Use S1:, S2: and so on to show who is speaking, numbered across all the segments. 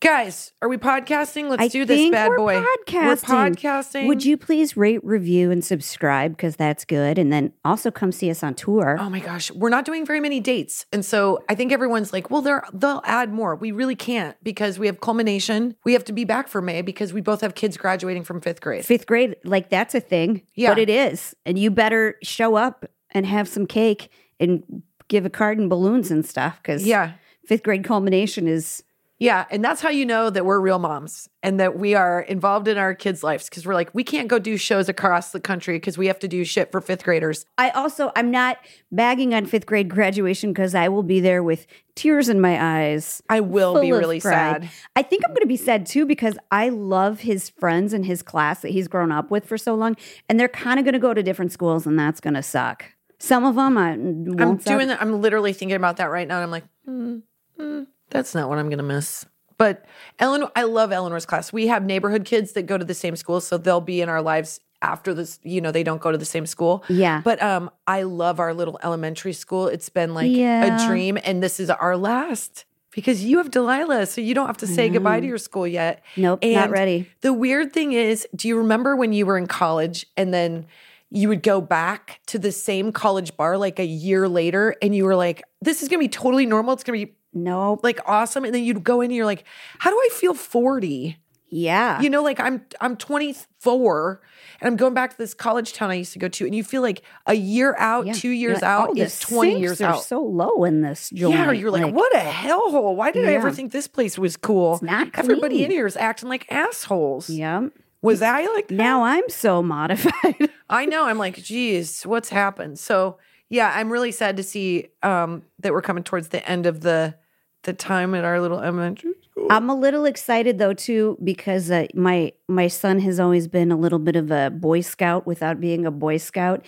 S1: Guys, are we podcasting? Let's
S2: I
S1: do this
S2: think
S1: bad
S2: we're
S1: boy. We're
S2: podcasting.
S1: podcasting.
S2: Would you please rate, review, and subscribe because that's good. And then also come see us on tour.
S1: Oh my gosh, we're not doing very many dates. And so I think everyone's like, well, they're, they'll add more. We really can't because we have culmination. We have to be back for May because we both have kids graduating from fifth grade.
S2: Fifth grade, like that's a thing.
S1: Yeah.
S2: But it is. And you better show up and have some cake and give a card and balloons and stuff because
S1: Yeah.
S2: fifth grade culmination is
S1: Yeah. And that's how you know that we're real moms and that we are involved in our kids' lives because we're like, we can't go do shows across the country because we have to do shit for fifth graders.
S2: I also I'm not bagging on fifth grade graduation because I will be there with tears in my eyes.
S1: I will be
S2: full of
S1: really
S2: pride.
S1: sad.
S2: I think I'm going to be sad too because I love his friends and his class that he's grown up with for so long, and they're kind of going to go to different schools, and that's going to suck. Some of them I mm, won't
S1: I'm
S2: suck.
S1: doing that. I'm literally thinking about that right now. And I'm like, hmm, hmm, that's not what I'm going to miss. But Ellen, I love Eleanor's class. We have neighborhood kids that go to the same school. So they'll be in our lives after this, you know, they don't go to the same school.
S2: Yeah.
S1: But um, I love our little elementary school. It's been like a
S2: Yeah.
S1: dream. And this is our last because you have Delilah. So you don't have to say goodbye to your school yet.
S2: Nope, not
S1: And
S2: ready.
S1: The weird thing is, do you remember when you were in college and then you would go back to the same college bar like a year later and you were like, this is going to be totally normal. It's going to be
S2: Nope.
S1: like awesome. And then you'd go in and you're like, how do I feel 40?
S2: yeah.
S1: You know, like I'm I'm 24 and I'm going back to this college town I used to go to and you feel like a year out,
S2: Yeah.
S1: 2
S2: You're
S1: years
S2: like,
S1: out
S2: oh, the
S1: is 20
S2: sinks
S1: years
S2: are
S1: out.
S2: so low in this joint.
S1: Yeah, or you're like, what a hellhole. Why did I ever
S2: Yeah.
S1: think this place was cool?
S2: It's not
S1: Everybody in
S2: clean.
S1: here is acting like assholes.
S2: Yeah.
S1: Was I like that?
S2: Now I'm so modified.
S1: I know. I'm like, geez, what's happened? So yeah, I'm really sad to see um, that we're coming towards the end of the the time at our little elementary school.
S2: I'm a little excited though too because uh, my my son has always been a little bit of a boy scout without being a boy scout.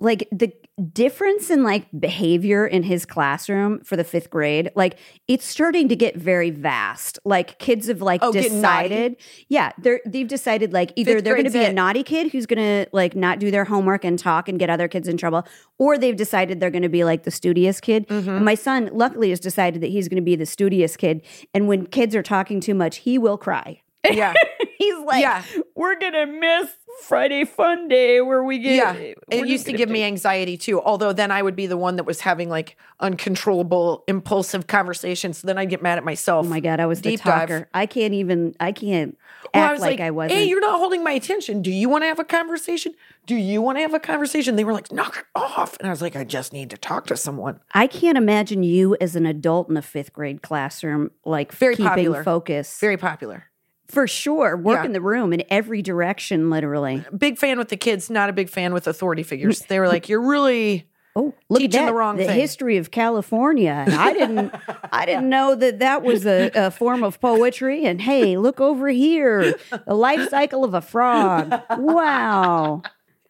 S2: Like the difference in like behavior in his classroom for the 5th grade, like it's starting to get very vast. Like kids have like
S1: Oh, getting naughty?
S2: decided. Yeah, they're they've decided like either
S1: Fifth
S2: they're going to
S1: grade's
S2: be a
S1: it.
S2: naughty kid who's going to like not do their homework and talk and get other kids in trouble or they've decided they're going to be like the studious kid.
S1: Mm-hmm.
S2: And my son luckily has decided that he's going to be the studious kid and when kids are talking too much, he will cry.
S1: yeah,
S2: He's like,
S1: Yeah.
S2: "We're going to miss Friday fun day where we get
S1: yeah.
S2: we're
S1: It used
S2: just
S1: to
S2: gonna
S1: give
S2: do-
S1: me anxiety too. Although then I would be the one that was having like uncontrollable, impulsive conversations. So then I'd get mad at myself.
S2: Oh my god, I was the
S1: Deep dive.
S2: talker. I can't even I can't
S1: Well,
S2: act like, I wasn't.
S1: Hey, you're not holding my attention. Do you want to have a conversation? Do you want to have a conversation? They were like, knock it off. And I was like, I just need to talk to someone.
S2: I can't imagine you as an adult in a 5th grade classroom like
S1: Very
S2: keeping
S1: popular.
S2: focus.
S1: Very popular.
S2: For sure, work
S1: Yeah. Uh,
S2: in the room in every direction literally.
S1: big fan with the kids, not a big fan with authority figures. They were like, "You're really
S2: Oh, look
S1: Teaching
S2: at
S1: the
S2: that,
S1: wrong
S2: the
S1: thing.
S2: history of California. And I didn't, I didn't know that that was a, a form of poetry. And hey, look over here, the life cycle of a frog. Wow,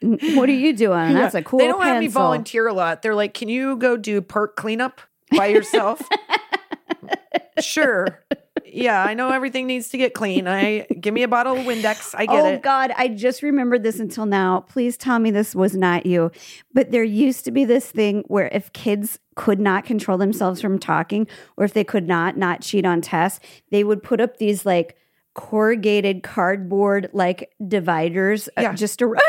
S2: N- what are you doing? That's a cool.
S1: they don't have me
S2: pencil.
S1: volunteer a lot." They're like, "Can you go do park cleanup by yourself?" sure. Yeah, I know everything needs to get clean. I give me a bottle of Windex. I get
S2: oh
S1: it.
S2: God, I just remembered this until now. Please tell me this was not you. But there used to be this thing where if kids could not control themselves from talking, or if they could not not cheat on tests, they would put up these like corrugated cardboard like dividers uh,
S1: Yeah.
S2: just around.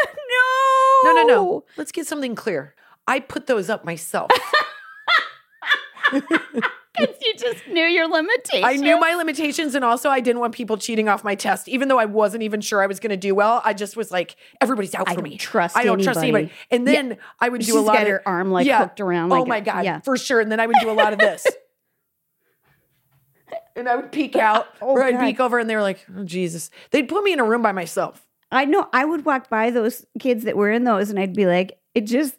S2: no,
S1: No, no, no. Let's get something clear. I put those up myself.
S2: you just knew your limitations.
S1: I knew my limitations, and also I didn't want people cheating off my test, even though I wasn't even sure I was going to do well. I just was like, everybody's out
S2: I
S1: for
S2: don't
S1: me.
S2: trust
S1: I don't trust
S2: anybody.
S1: anybody. And then I would do
S2: She's
S1: a lot
S2: got
S1: of
S2: her arm, like, hooked around,
S1: oh
S2: like
S1: my
S2: a-
S1: god,
S2: yeah.
S1: for sure. And then I would do a lot of this. And I would peek out, or I'd
S2: God.
S1: "Oh, peek over, and they were like, oh, "Jesus!" They'd put me in a room by myself,
S2: I know I would walk by those kids that were in those and I'd be like, it just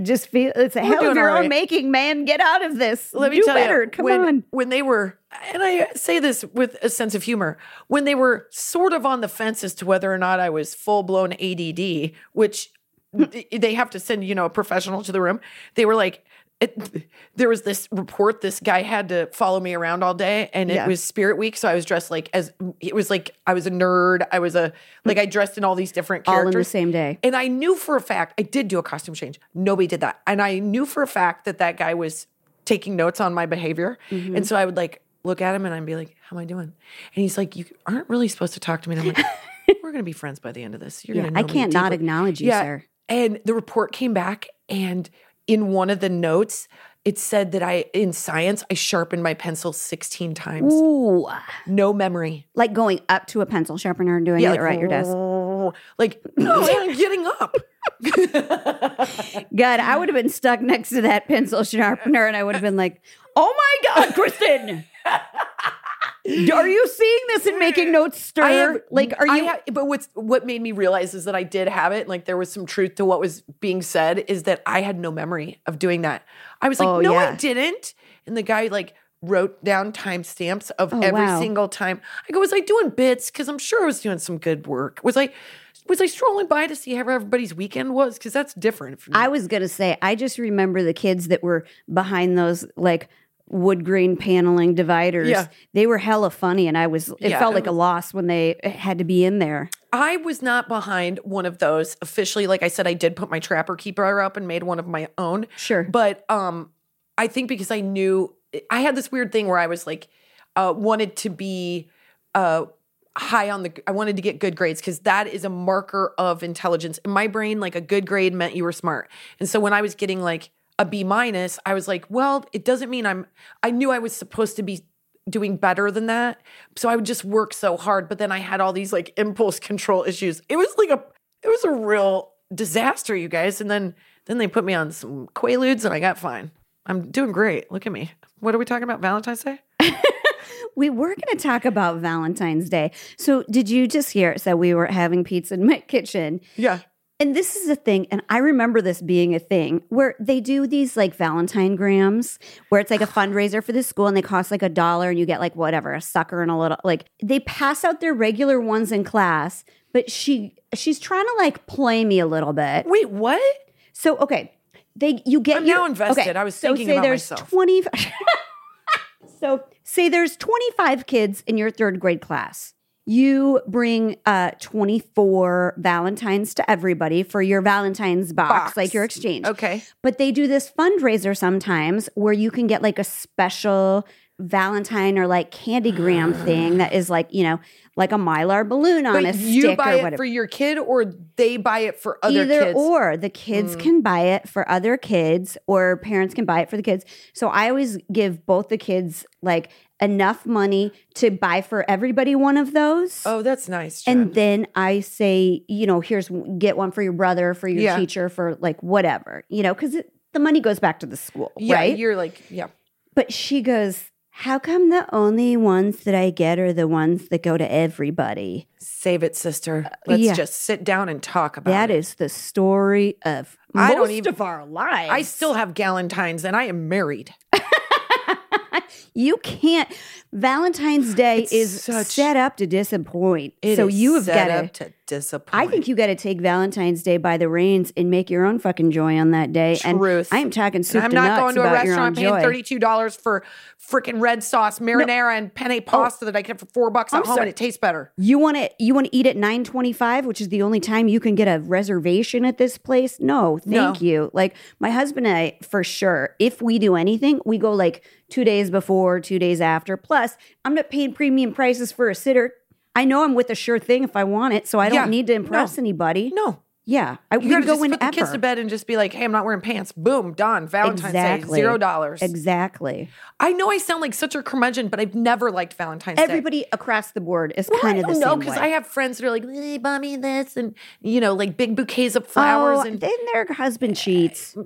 S2: just feel it's a hell
S1: doing
S2: of your
S1: all
S2: own
S1: right.
S2: making, man. Get out of this.
S1: Let me
S2: Do
S1: tell
S2: better.
S1: you,
S2: Come
S1: when,
S2: on.
S1: When they were, and I say this with a sense of humor, when they were sort of on the fence as to whether or not I was full blown ADD, which th- they have to send, you know, a professional to the room, they were like, it, there was this report this guy had to follow me around all day and it
S2: Yeah.
S1: was spirit week so i was dressed like as it was like i was a nerd i was a like i dressed in all these different
S2: Mm. All in
S1: characters
S2: the same day.
S1: and I knew for a fact, I did do a costume change. Nobody did that. And I knew for a fact that that guy was taking notes on my behavior.
S2: Mm-hmm.
S1: And so I would like look at him and I'd be like, how am I doing? And he's like, you aren't really supposed to talk to me. And I'm like, we're going to be friends by the end of this. You're
S2: Yeah,
S1: going to
S2: I can't not acknowledge you,
S1: Yeah.
S2: sir.
S1: And the report came back, and in one of the notes, it said that I, in science, I sharpened my pencil 16 times.
S2: Ooh.
S1: No memory.
S2: Like going up to a pencil sharpener and doing it right at your desk.
S1: Like, no, I'm getting up.
S2: God, I would have been stuck next to that pencil sharpener and I would have been like, oh my God, Kristen. Are you seeing this and making notes stir?
S1: I have,
S2: like, are
S1: I
S2: you?
S1: have- but what's what made me realize is that I did have it. Like there was some truth to what was being said. Is that I had no memory of doing that. I was like,
S2: Oh,
S1: no, I
S2: yeah.
S1: didn't. And the guy like wrote down timestamps of every
S2: Oh, wow.
S1: single time. I go, was I doing bits? Because I'm sure I was doing some good work. Was I was I strolling by to see how everybody's weekend was? Because that's different. For me.
S2: I was gonna say, I just remember the kids that were behind those like wood grain paneling dividers.
S1: Yeah.
S2: They were hella funny, and I was. It
S1: Yeah.
S2: felt like a loss when they had to be in there.
S1: I was not behind one of those officially. Like I said, I did put my trapper keeper up and made one of my own.
S2: Sure.
S1: But um, I think because I knew I had this weird thing where I was like, uh, wanted to be uh high on the. I wanted to get good grades because that is a marker of intelligence in my brain. Like a good grade meant you were smart, and so when I was getting like a B minus, I was like, well, it doesn't mean I'm. I knew I was supposed to be doing better than that. So I would just work so hard, but then I had all these like impulse control issues. It was like a it was a real disaster, you guys. And then then they put me on some quaaludes and I got fine. I'm doing great. Look at me. What are we talking about? Valentine's Day?
S2: We were going to talk about Valentine's Day. So, did you just hear it said we were having pizza in my kitchen?
S1: Yeah.
S2: And this is a thing, and I remember this being a thing where they do these like Valentine grams, where it's like a fundraiser for the school and they cost like a dollar and you get like whatever, a sucker and a little like they pass out their regular ones in class, but she she's trying to like play me a little bit.
S1: Wait, what?
S2: So okay, they you get
S1: I'm
S2: your-
S1: now invested.
S2: okay,
S1: I was
S2: so
S1: thinking
S2: say
S1: about
S2: there's
S1: myself.
S2: Twenty. so say there's 25 kids in your third grade class. You bring uh 24 Valentines to everybody for your Valentine's box,
S1: Box.
S2: like your exchange.
S1: Okay.
S2: But they do this fundraiser sometimes where you can get like a special Valentine or like candy gram thing that is like, you know, like a Mylar balloon on a
S1: But you
S2: stick
S1: buy
S2: or
S1: it
S2: whatever
S1: for your kid or they buy it for other
S2: either
S1: kids? Mm.
S2: or the kids can buy it for other kids or parents can buy it for the kids so i always give both the kids like enough money to buy for everybody one of those
S1: oh, that's nice. Jen.
S2: and then i say you know here's get one for your brother for your
S1: Yeah.
S2: teacher for like whatever you know because the money goes back to the school
S1: yeah,
S2: right
S1: you're like, yeah.
S2: but she goes how come the only ones that i get are the ones that go to everybody
S1: Save it, sister. Let's
S2: Uh, yeah.
S1: just sit down and talk about
S2: That
S1: it.
S2: is the story of most
S1: I don't even-
S2: of our lives
S1: I still have galantines and I am married.
S2: You can't. Valentine's Day
S1: It's
S2: is
S1: such-
S2: set up to disappoint.
S1: It
S2: so
S1: is
S2: you have
S1: set
S2: got
S1: up
S2: to.
S1: to disappoint.
S2: I think you got to take Valentine's Day by the reins and make your own fucking joy on that day.
S1: Truth.
S2: And I am talking
S1: And
S2: soup
S1: I'm
S2: to
S1: not
S2: nuts
S1: going to a
S2: about your own
S1: restaurant paying
S2: joy.
S1: thirty two dollars for freaking red sauce marinara and penne pasta that I get for four bucks at
S2: Oh. I'm
S1: home
S2: sorry.
S1: and it tastes better.
S2: you want to you want to eat at 9:25, which is the only time you can get a reservation at this place? No, thank you. Like my husband and I for sure, if we do anything, we go like 2 days before, 2 days after. Plus, I'm not paying premium prices for a sitter. I know I'm with a sure thing if I want it, so I don't
S1: Yeah.
S2: need to impress
S1: No.
S2: anybody.
S1: No,
S2: Yeah, I
S1: you
S2: we
S1: gotta
S2: go
S1: just put
S2: whenever.
S1: the kids to bed and just be like, "Hey, I'm not wearing pants." Boom, done. Valentine's
S2: Exactly.
S1: Day, zero dollars.
S2: Exactly.
S1: I know I sound like such a curmudgeon, but I've never liked Valentine's Day.
S2: Everybody across the board is kind of the
S1: no,
S2: same
S1: because
S2: way.
S1: I have friends that are like, hey, "Buy me this," and you know, like big bouquets of flowers.
S2: oh,
S1: and
S2: then their husband cheats.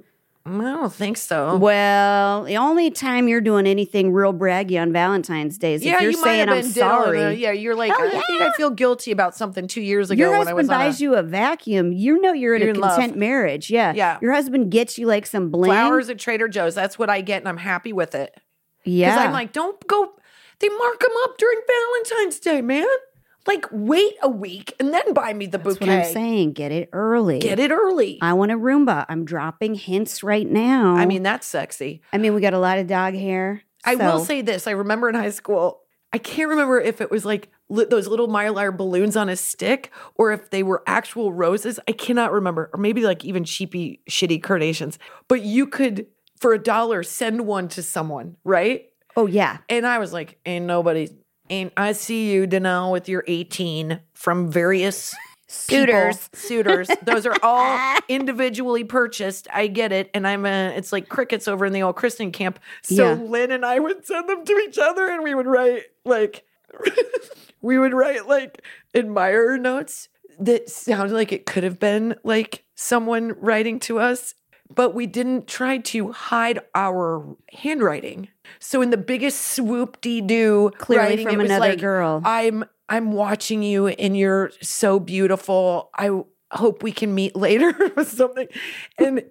S1: I don't think so.
S2: Well, the only time you're doing anything real braggy on Valentine's Day is if you're saying I'm
S1: diddling
S2: sorry.
S1: her. Yeah, you're like,
S2: Hell
S1: I think I feel guilty about something two years ago
S2: Your
S1: when I was
S2: husband
S1: on a
S2: buys you a vacuum. You know you're in
S1: You're
S2: a
S1: in love.
S2: content marriage. Yeah.
S1: Yeah.
S2: Your husband gets you like some bling.
S1: flowers at Trader Joe's. That's what I get, and I'm happy with it. Because
S2: Yeah.
S1: I'm like, don't go. They mark them up during Valentine's Day, man. Like, wait a week and then buy me the
S2: That's
S1: bouquet.
S2: what I'm saying. Get it early.
S1: Get it early. i
S2: I want a Roomba. I'm dropping hints right now.
S1: mean, that's sexy.
S2: I mean, we got a lot of dog hair.
S1: I will
S2: so-
S1: say this. I remember in high school, I can't remember if it was like li- those little mylar balloons on a stick or if they were actual roses. I cannot remember. Or maybe like even cheapy, shitty carnations. But you could, for a dollar, send one to someone, right?
S2: Oh yeah.
S1: And I was like, ain't nobody, ain't I see you, Danelle, with your 18 from various people-
S2: Suitors.
S1: Suitors. Those are all individually purchased. I get it. And I'm a, it's like crickets over in the old Christian camp. So
S2: Yeah.
S1: Lynn and I would send them to each other and we would write like, we would write like admirer notes that sounded like it could have been like someone writing to us. But we didn't try to hide our handwriting. So in the biggest swoop de doo,
S2: Clearly from another
S1: like,
S2: girl.
S1: I'm I'm watching you and you're so beautiful. I w- hope we can meet later or something. And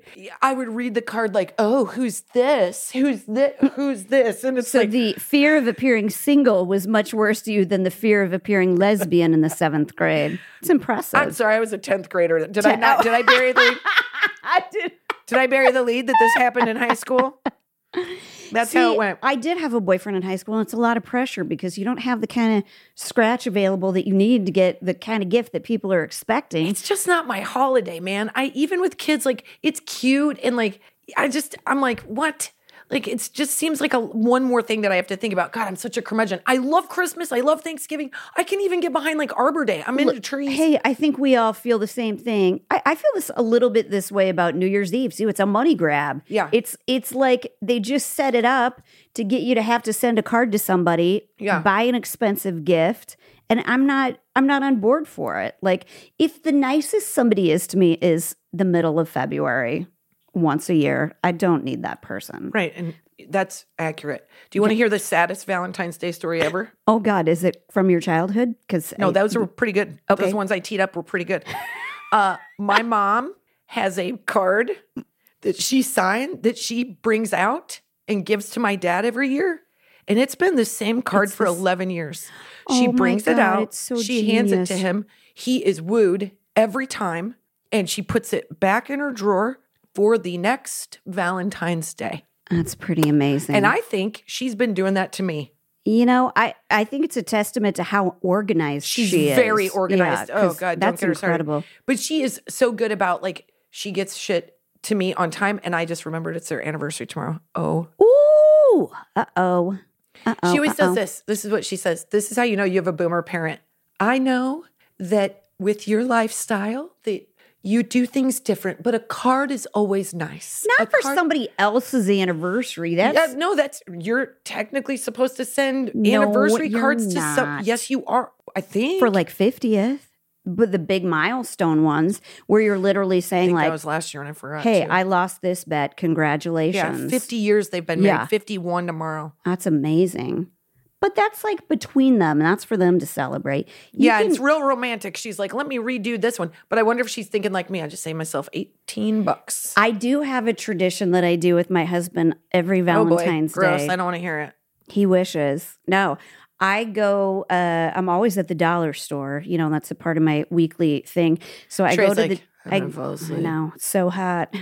S1: I would read the card like, "Oh, who's this? Who's this? Who's this?" And it's
S2: So
S1: like
S2: the fear of appearing single was much worse to you than the fear of appearing lesbian in the seventh grade. It's
S1: I'm
S2: impressive.
S1: sorry, I was a 10th grader. Did I
S2: Ten-
S1: not did I bury the lead?
S2: I did.
S1: Did I bury the lead that this happened in high school? That's how it
S2: See,
S1: went.
S2: I did have a boyfriend in high school, and it's a lot of pressure because you don't have the kind of scratch available that you need to get the kind of gift that people are expecting.
S1: It's just not my holiday, man. I even with kids, like it's cute and like I just I'm like, what? Like it's just seems like a one more thing that I have to think about. God, I'm such a curmudgeon. I love Christmas. I love Thanksgiving. I can even get behind like Arbor Day. I'm into trees.
S2: Hey, I think we all feel the same thing. I, I feel this a little bit this way about New Year's Eve. too. it's a money grab.
S1: Yeah.
S2: It's it's like they just set it up to get you to have to send a card to somebody,
S1: Yeah.
S2: buy an expensive gift. And I'm not I'm not on board for it. Like if the nicest somebody is to me is the middle of February once a year, I don't need that person.
S1: Right. And that's accurate. Do you want to hear the saddest Valentine's Day story ever?
S2: Oh God, is it from your childhood? Because
S1: No, those were pretty good.
S2: Okay.
S1: Those ones I teed up were pretty good. Uh, my mom has a card that she signed that she brings out and gives to my dad every year. And it's been the same card
S2: It's
S1: for
S2: the s-
S1: 11 years. She
S2: Oh my
S1: brings it
S2: God,
S1: out.
S2: it's so
S1: she hands it to
S2: genius.
S1: him. He is wooed every time. And she puts it back in her drawer for the next Valentine's Day.
S2: that's pretty amazing.
S1: And I think she's been doing that to me.
S2: You know, I, I think it's a testament to how organized
S1: She's
S2: she is.
S1: very organized. Oh,
S2: 'cause
S1: God, don't
S2: that's
S1: get her started.
S2: incredible.
S1: But she is so good about like she gets shit to me on time, and I just remembered it's their anniversary tomorrow. Oh,
S2: Ooh, uh oh, uh oh.
S1: she always does this. This is what she says. This is how you know you have a boomer parent. I know that with your lifestyle that you do things different, but a card is always nice.
S2: Not
S1: A
S2: for
S1: card-
S2: somebody else's anniversary. That's
S1: Yeah, no, that's you're technically supposed to send
S2: No,
S1: anniversary
S2: you're
S1: cards to some.
S2: not.
S1: Yes, you are. I think
S2: for like fiftieth, but the big milestone ones where you're literally
S1: I
S2: saying
S1: think that
S2: like,
S1: was last year, and I forgot.
S2: "Hey,
S1: too.
S2: I lost this bet. Congratulations."
S1: yeah, fifty years they've been married.
S2: Yeah.
S1: Fifty-one tomorrow.
S2: That's amazing. But that's like between them, and that's for them to celebrate. You
S1: yeah,
S2: can-
S1: it's real romantic. She's like, let me redo this one. But I wonder if she's thinking like me. I just save myself 18 bucks.
S2: I do have a tradition that I do with my husband every Valentine's
S1: oh boy, gross.
S2: Day.
S1: I don't want to hear it.
S2: He wishes. No, I go. Uh, I'm always at the dollar store. You know, that's a part of my weekly thing. So I
S1: Trey's
S2: go to
S1: like,
S2: the.
S1: "I'm gonna fall asleep."
S2: know it's so hot.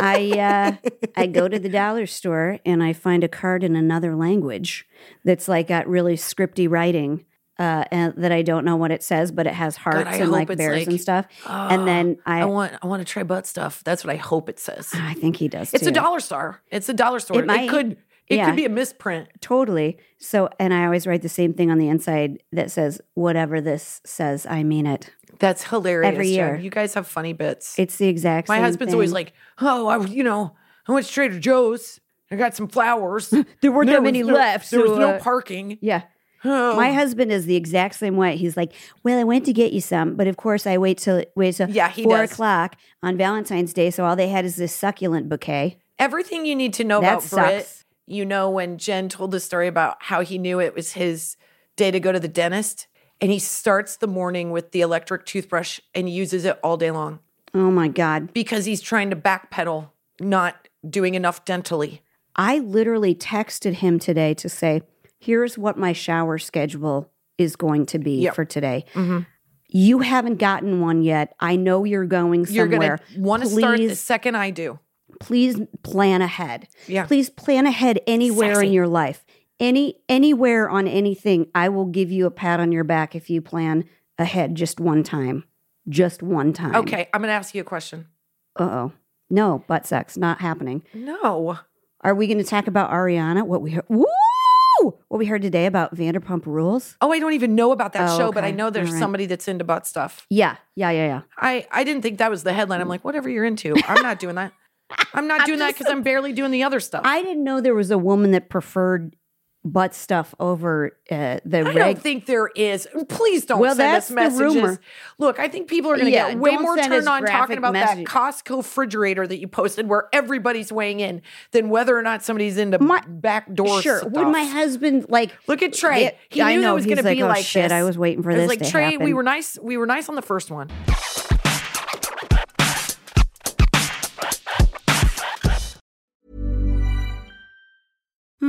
S2: I uh, I go to the dollar store and I find a card in another language that's like got really scripty writing. Uh, and that I don't know what it says, but it has hearts
S1: I
S2: and like
S1: hope it's
S2: bears
S1: like- ah,
S2: and stuff. and then I,
S1: I
S2: I,
S1: want I want to try butt stuff. That's what I hope it says.
S2: think he does.
S1: It's a
S2: too.
S1: dollar star. It's a dollar store. It,
S2: It might.
S1: could it
S2: Yeah.
S1: could be a misprint.
S2: Totally. So, and I always write the same thing on the inside that says, whatever this says, I mean it.
S1: That's hilarious.
S2: Every
S1: Jen.
S2: year.
S1: You guys have funny bits.
S2: It's the exact
S1: My
S2: same
S1: husband's always
S2: thing.
S1: like, oh, I you know, I went to Trader Joe's. I got some flowers.
S2: there weren't
S1: There
S2: that
S1: was
S2: many
S1: no-
S2: left.
S1: There was
S2: so,
S1: no
S2: uh,
S1: parking.
S2: yeah.
S1: Oh.
S2: My husband is the exact same way. He's like, well, I went to get you some, but of course I wait till, wait till
S1: Yeah, he
S2: four
S1: does.
S2: o'clock on Valentine's Day. So all they had is this succulent bouquet.
S1: Everything you need to know
S2: That
S1: about Brit,
S2: sucks.
S1: you know, when Jen told the story about how he knew it was his day to go to the dentist, and he starts the morning with the electric toothbrush and uses it all day long
S2: Oh my God.
S1: because he's trying to backpedal, not doing enough dentally.
S2: I literally texted him today to say, here's what my shower schedule is going to be
S1: Yep. Mm-hmm.
S2: for today. You haven't gotten one yet. I know you're going
S1: You're
S2: somewhere.
S1: gonna want to start the
S2: Please-
S1: second I do.
S2: please plan ahead.
S1: Yeah.
S2: Please plan ahead anywhere in
S1: Sassy.
S2: your life. Any anywhere on anything, I will give you a pat on your back if you plan ahead just one time. Just one time.
S1: Okay, I'm gonna ask you a question.
S2: Uh-oh. No, butt sex not happening.
S1: No.
S2: Are we going to talk about Ariana? What we heard? Woo! What we heard today about Vanderpump Rules?
S1: Oh, I don't even know about that
S2: Oh,
S1: show, but I
S2: okay.
S1: know there's
S2: All right.
S1: somebody that's into butt stuff.
S2: Yeah, yeah, yeah, yeah.
S1: I I didn't think that was the headline. I'm like, whatever you're into, I'm not doing that. I'm not doing that because I'm barely doing the other stuff. I,
S2: I didn't know there was a woman that preferred butt stuff over uh, the
S1: don't
S2: reg.
S1: think there is. Please don't
S2: Well,
S1: send us
S2: that's the rumor.
S1: messages. Look, I think people are going to
S2: Yeah,
S1: get way
S2: don't
S1: more
S2: send us
S1: turned on
S2: graphic
S1: talking about
S2: messages.
S1: that Costco refrigerator that you posted, where everybody's weighing in, than whether or not somebody's into
S2: My-
S1: backdoor
S2: sure.
S1: stuff.
S2: Would my husband like?
S1: Look at Trey.
S2: Yeah,
S1: he
S2: I
S1: knew
S2: know.
S1: that was
S2: He's
S1: going to
S2: like,
S1: be
S2: "Oh,
S1: like
S2: shit,
S1: this.
S2: I was waiting for
S1: I was
S2: this
S1: like
S2: to
S1: Trey, we
S2: happen."
S1: were nice. We were nice on the first one.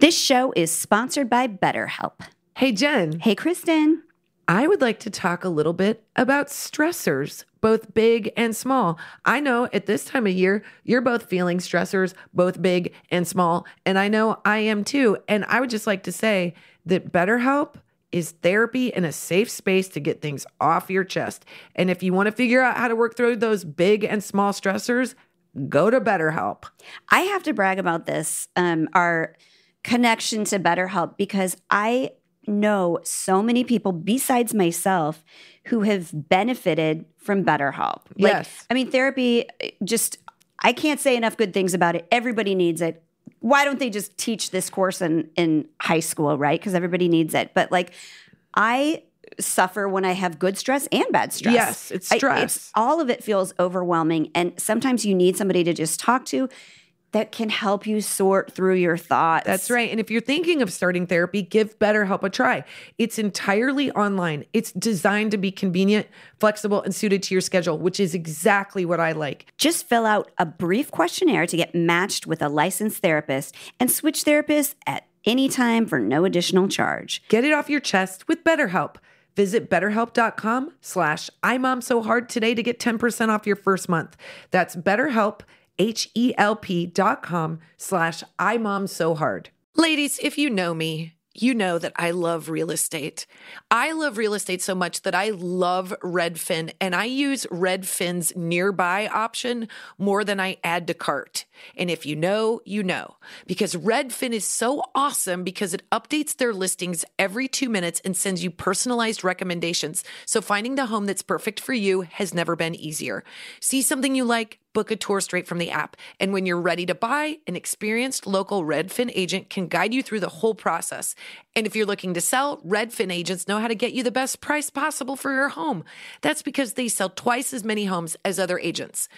S2: This show is sponsored by BetterHelp.
S1: Hey Jen.
S2: Hey, Kristen.
S1: I would like to talk a little bit about stressors, both big and small. I know at this time of year, you're both feeling stressors, both big and small. And I know I am too. And I would just like to say that BetterHelp is therapy and a safe space to get things off your chest. And if you want to figure out how to work through those big and small stressors, go to BetterHelp.
S2: I have to brag about this, um, our connection to BetterHelp, because I know so many people besides myself who have benefited from BetterHelp. Like,
S1: Yes.
S2: I mean, therapy eh, just, I can't say enough good things about it. Everybody needs it. Why don't they just teach this course in, in high school, right? Because everybody needs it. But like, I suffer when I have good stress and bad stress.
S1: Yes, it's
S2: I-
S1: stress.
S2: all of it feels overwhelming. And sometimes you need somebody to just talk to that can help you sort through your thoughts.
S1: That's right. And if you're thinking of starting therapy, give BetterHelp a try. It's entirely online. It's designed to be convenient, flexible, and suited to your schedule, which is exactly what I like.
S2: Just fill out a brief questionnaire to get matched with a licensed therapist and switch therapists at any time for no additional charge.
S1: Get it off your chest with BetterHelp. Visit betterhelp.com slash imomsohard today to get 10% off your first month. That's betterhelp, H-E-L-P dot com slash imomsohard. Ladies, if you know me, you know that I love real estate. I love real estate so much that I love Redfin and I use Redfin's nearby option more than I add to cart. And if you know, you know, because Redfin is so awesome because it updates their listings every two minutes and sends you personalized recommendations. So finding the home that's perfect for you has never been easier. See something you like, book a tour straight from the app. And when you're ready to buy, an experienced local Redfin agent can guide you through the whole process. And if you're looking to sell, Redfin agents know how to get you the best price possible for your home. That's because they sell twice as many homes as other agents.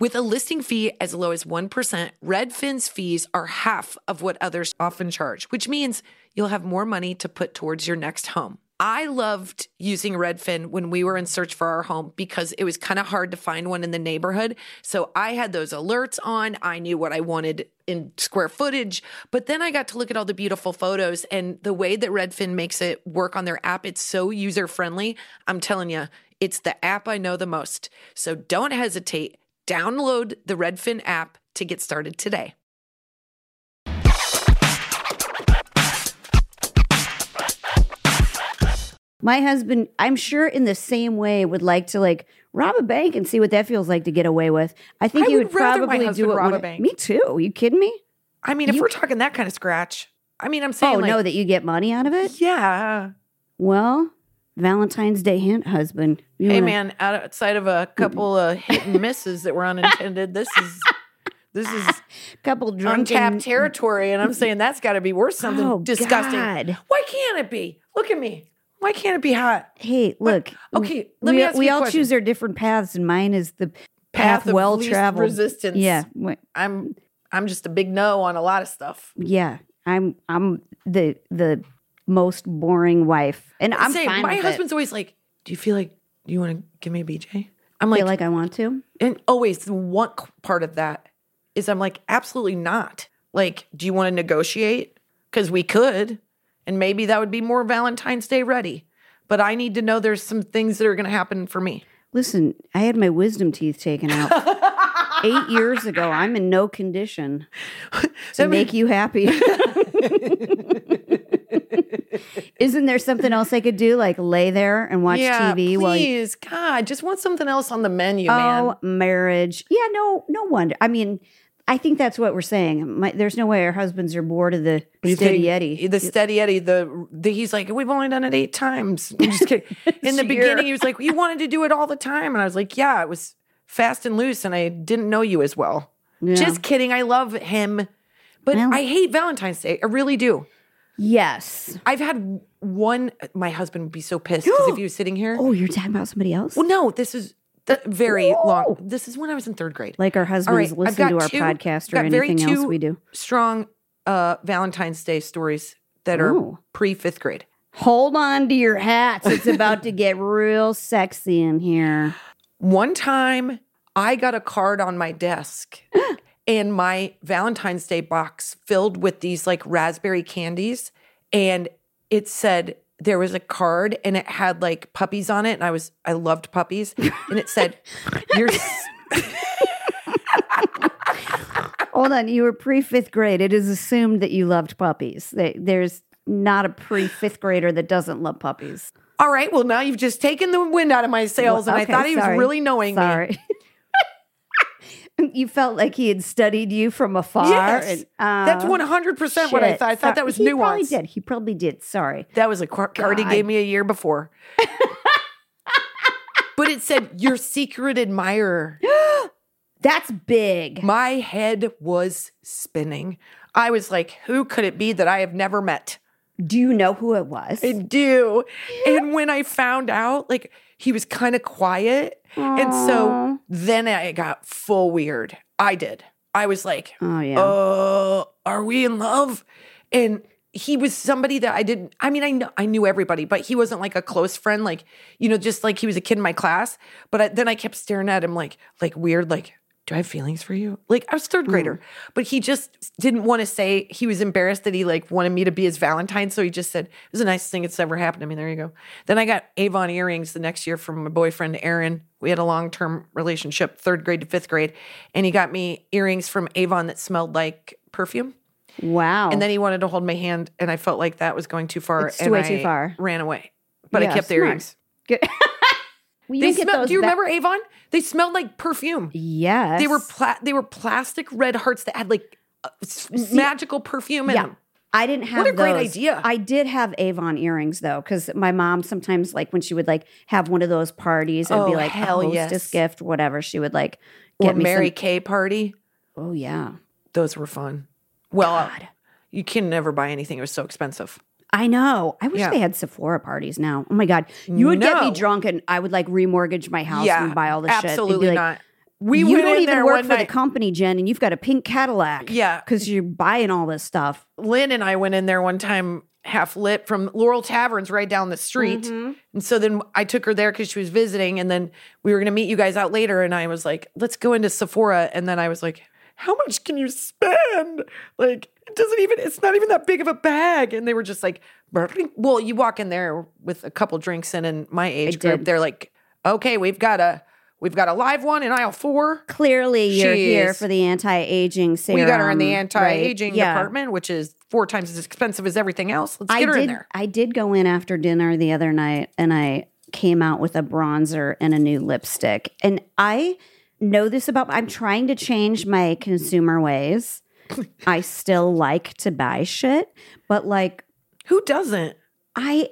S1: With a listing fee as low as 1%, Redfin's fees are half of what others often charge, which means you'll have more money to put towards your next home. I loved using Redfin when we were in search for our home because it was kind of hard to find one in the neighborhood. So I had those alerts on. I knew what I wanted in square footage. But then I got to look at all the beautiful photos and the way that Redfin makes it work on their app, it's so user friendly. I'm telling you, it's the app I know the most. So don't hesitate. Download the Redfin app to get started today.
S2: My husband, I'm sure in the same way would like to like rob a bank and see what that feels like to get away with. I think
S1: I
S2: he
S1: would
S2: would,
S1: rather my
S2: probably do
S1: husband
S2: it
S1: rob a
S2: when-
S1: bank.
S2: Me too. you kidding me?
S1: I mean, if
S2: You-
S1: we're talking that kind of scratch, I mean, I'm saying,
S2: Oh,
S1: like,
S2: no, that you get money out of it?
S1: yeah.
S2: Well, Valentine's Day hint, husband. You
S1: Hey,
S2: wanna-
S1: man, outside of a couple of hit and misses that were unintended, this is this is
S2: Couple drunken
S1: untapped territory, and I'm saying that's got to be worth something
S2: Oh,
S1: disgusting.
S2: God.
S1: Why can't it be? Look at me. Why can't it be hot?
S2: Hey, look.
S1: Okay, let me
S2: we,
S1: ask
S2: we
S1: you a
S2: all
S1: question.
S2: choose our different paths, and mine is the path,
S1: of
S2: well
S1: least
S2: traveled.
S1: Resistance.
S2: Yeah, wh-
S1: I'm I'm just a big no on a lot of stuff.
S2: yeah. I'm I'm the the most boring wife, and I'm
S1: Say,
S2: fine
S1: my
S2: with
S1: husband's always like, "Do you feel like do you want to give me a BJ?" I'm
S2: It.
S1: like,
S2: Feel like I want to.
S1: and always the one c- part of that is I'm like, absolutely not. Like, do you want to negotiate? Because we could, and maybe that would be more Valentine's Day ready. But I need to know there's some things that are going to happen for me.
S2: Listen, I had my wisdom teeth taken out eight years ago. I'm in no condition to
S1: That
S2: make you happy. Isn't there something else I could do, like lay there and watch
S1: yeah,
S2: TV while you
S1: please, God, just want something else on the menu, man.
S2: Oh, marriage. Yeah, no, no wonder. I mean, I think that's what we're saying. My, there's no way our husbands are bored of the steady Eddie.
S1: The steady Eddie, the, the he's like, we've only done it eight times. I'm just kidding. In the
S2: This year.
S1: beginning, he was like, you wanted to do it all the time. And I was like, yeah, it was fast and loose, and I didn't know you as well.
S2: Yeah.
S1: Just kidding. I love him. But
S2: Well-
S1: I hate Valentine's Day. I really do.
S2: Yes.
S1: I've had one my husband would be so pissed because if he was sitting here.
S2: Oh, you're talking about somebody else?
S1: Well, no, this is th- very long.
S2: Whoa.
S1: This is when I was in third grade.
S2: Like our husbands
S1: I've
S2: listen
S1: got
S2: to our
S1: two-
S2: podcast or
S1: got very
S2: anything else
S1: two
S2: we do.
S1: Strong uh Valentine's Day stories that are
S2: Oh.
S1: pre fifth grade.
S2: Hold on to your hats. It's about to get real sexy in here.
S1: One time I got a card on my desk and my Valentine's Day box filled with these like raspberry candies. And it said there was a card and it had like puppies on it. And I was, I loved puppies. And it said, You're s-
S2: Hold on. You were pre fifth grade. It is assumed that you loved puppies. They, there's not a pre fifth grader that doesn't love puppies.
S1: all right. Well, now you've just taken the wind out of my sails. and
S2: Okay,
S1: I thought he was
S2: sorry.
S1: really knowing me.
S2: sorry. you felt like he had studied you from afar.
S1: Yes.
S2: and- oh,
S1: That's 100% what I
S2: shit.
S1: thought. I
S2: Sorry.
S1: thought that was
S2: he Probably
S1: nuanced.
S2: did. He probably did. Sorry.
S1: That was a car- card he
S2: God.
S1: gave me a year before. but it said, Your secret admirer.
S2: That's big.
S1: My head was spinning. I was like, Who could it be that I have never met?
S2: Do you know who it was?
S1: I do. And when I found out, like, he was kind of quiet. And so
S2: Aw.
S1: then I got full weird. I did. I was like,
S2: oh yeah.
S1: uh, are we in love? And he was somebody that I didn't, I mean, I, kn- I knew everybody, but he wasn't like a close friend, like, you know, just like he was a kid in my class. But I, then I kept staring at him like, like weird, like, do I have feelings for you? Like I was third grader, but he just didn't want to say he was embarrassed that he like wanted me to be his Valentine. So he just said, it was the nicest thing that's ever happened to me. There you go. Then I got Avon earrings the next year from my boyfriend, Aaron. We had a long term relationship, third grade to fifth grade. And he got me earrings from Avon that smelled like perfume.
S2: wow.
S1: And then he wanted to hold my hand, and I felt like that was going too far.
S2: Oh. It's
S1: and
S2: way too
S1: I
S2: far.
S1: Ran away, but I
S2: Yeah,
S1: kept the
S2: smart.
S1: earrings.
S2: Good. Well, you
S1: They
S2: didn't get
S1: smelled.
S2: those
S1: Do you
S2: back-
S1: remember Avon? They smelled like perfume.
S2: Yes.
S1: They were pla- they were plastic red hearts that had like uh, s- magical perfume in
S2: Yeah.
S1: them.
S2: I didn't have
S1: What a great
S2: those.
S1: idea.
S2: I did have Avon earrings though, because my mom sometimes like when she would like have one of those parties, it would
S1: Oh,
S2: be like
S1: hell
S2: a hostess
S1: yes.
S2: gift, whatever. She would like
S1: Or
S2: get me
S1: Mary
S2: some.
S1: Kay party.
S2: Oh yeah.
S1: Those were fun. Well, uh, you can never buy anything. It was so expensive.
S2: I know. I wish
S1: Yeah.
S2: they had Sephora parties now. Oh my God. You would get
S1: No.
S2: me drunk and I would like remortgage my house
S1: yeah,
S2: and buy all this shit. They'd be
S1: absolutely
S2: like,
S1: not. We
S2: you
S1: went
S2: don't
S1: in
S2: even
S1: there
S2: work
S1: one
S2: for
S1: night.
S2: the company, Jen, and you've got a pink Cadillac.
S1: Yeah.
S2: Because you're buying all this stuff.
S1: Lynn and I went in there one time, half lit from Laurel Taverns right down the street. And so then I took her there because she was visiting. And then we were going to meet you guys out later. And I was like, let's go into Sephora. And then I was like, how much can you spend? Like, it doesn't even, it's not even that big of a bag. And they were just like, "Burp." well, you walk in there with a couple drinks in, and my age group,
S2: did.
S1: they're like, okay, we've got a, We've got a live one in aisle four.
S2: Clearly, you're
S1: She
S2: here
S1: is.
S2: for the anti-aging serum.
S1: We got her in the
S2: Um, right?
S1: anti-aging
S2: Yeah.
S1: department, which is four times as expensive as everything else. Let's
S2: I
S1: get her
S2: did.
S1: in there.
S2: I did go in after dinner the other night, and I came out with a bronzer and a new lipstick. And I know this about. I'm trying to change my consumer ways. I still like to buy shit, but like
S1: Who doesn't?
S2: I.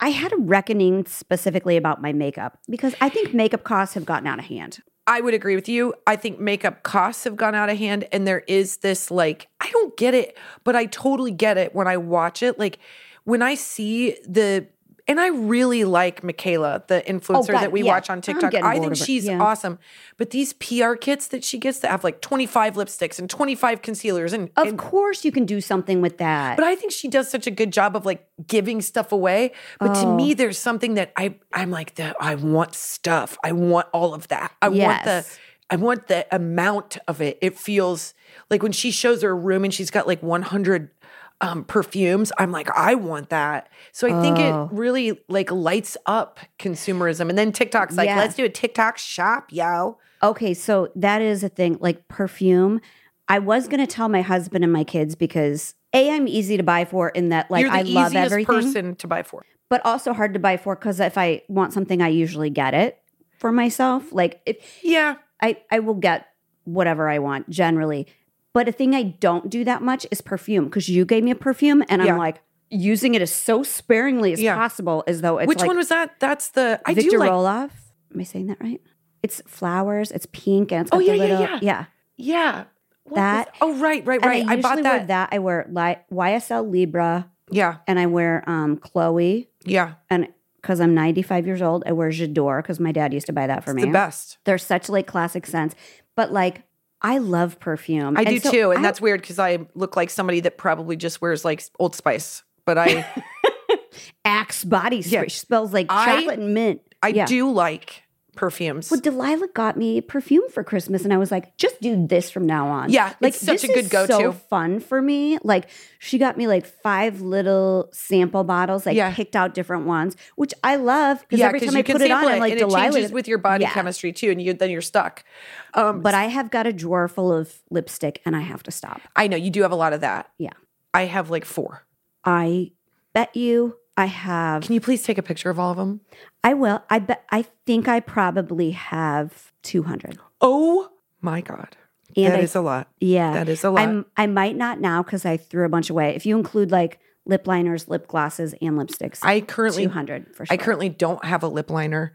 S2: I had a reckoning specifically about my makeup because I think makeup costs have gotten out of hand.
S1: I would agree with you. I think makeup costs have gone out of hand. And there is this like, I don't get it, but I totally get it when I watch it. Like when I see the, and I really like Michaela, the influencer
S2: Oh, God,
S1: that we
S2: yeah.
S1: watch on
S2: I'm
S1: TikTok.
S2: getting
S1: I
S2: bored
S1: think
S2: of her.
S1: she's
S2: Yeah.
S1: awesome. But these PR kits that she gets that have like 25 lipsticks and 25 concealers and,
S2: Of
S1: and
S2: course, you can do something with that.
S1: but I think she does such a good job of like giving stuff away. But to
S2: Oh.
S1: me, there's something that I I'm like the I want stuff. I want all of that. I want the
S2: Yes.
S1: I want the amount of it. It feels like when she shows her room and she's got like 100 um, perfumes. I'm like I want that. So I think
S2: Oh.
S1: it really like lights up consumerism. And then TikTok's like,
S2: Yeah.
S1: let's do a TikTok shop, yo.
S2: Okay, so that is a thing like perfume. I was going to tell my husband and my kids because A, I'm easy to buy for in that like
S1: You're the
S2: I love
S1: easiest
S2: everything,
S1: person to buy for.
S2: but also hard to buy for because if I want something, I usually get it for myself. Like if
S1: Yeah.
S2: I, I will get whatever I want generally. But a thing I don't do that much is perfume because you gave me a perfume and
S1: Yeah.
S2: I'm like using it as so sparingly as
S1: Yeah.
S2: possible as though it's
S1: Which
S2: like
S1: one was that? That's the I
S2: Victor
S1: do like
S2: Roloff. Am I saying that right? It's flowers, it's pink, and it's
S1: Oh,
S2: got the
S1: yeah, yeah,
S2: little,
S1: yeah.
S2: yeah.
S1: Yeah. What was
S2: That-
S1: Oh, right, right, right.
S2: And
S1: I,
S2: I,
S1: bought
S2: usually
S1: that.
S2: wear that. I wear li- YSL Libra
S1: Yeah.
S2: and I wear um, Chloe.
S1: Yeah.
S2: And because I'm 95 years old, I wear J'adore because my dad used to buy that for
S1: It's
S2: me.
S1: the best.
S2: They're such like classic scents. But like, I love perfume.
S1: I
S2: And
S1: do
S2: so
S1: too. And
S2: I-
S1: that's weird because I look like somebody that probably just wears like Old Spice. But I
S2: Axe body spray.
S1: Yeah.
S2: She smells like
S1: I-
S2: chocolate and mint.
S1: I
S2: Yeah.
S1: do like perfumes.
S2: Well, Delilah got me perfume for Christmas, and I was like, just do this from now on.
S1: Yeah,
S2: like
S1: it's such
S2: this
S1: a good
S2: is
S1: go-to.
S2: So fun for me. Like she got me like five little sample bottles, like
S1: Yeah.
S2: picked out different ones, which I love because every time I put it on, I'm like
S1: and it
S2: Delilah.
S1: changes with your body
S2: Yeah.
S1: chemistry too, and you then you're stuck. Um,
S2: But I have got a drawer full of lipstick, and I have to stop.
S1: I know you do have a lot of that.
S2: Yeah.
S1: I have like four.
S2: I bet you, I have.
S1: Can you please take a picture of all of them?
S2: I will. I bet. I think I probably have 200.
S1: Oh my god, That is
S2: And I,
S1: a lot.
S2: yeah,
S1: That is a lot.
S2: I'm I might not now because I threw a bunch away. If you include like lip liners, lip glosses, and lipsticks,
S1: I currently
S2: two hundred for sure.
S1: I currently don't have a lip liner.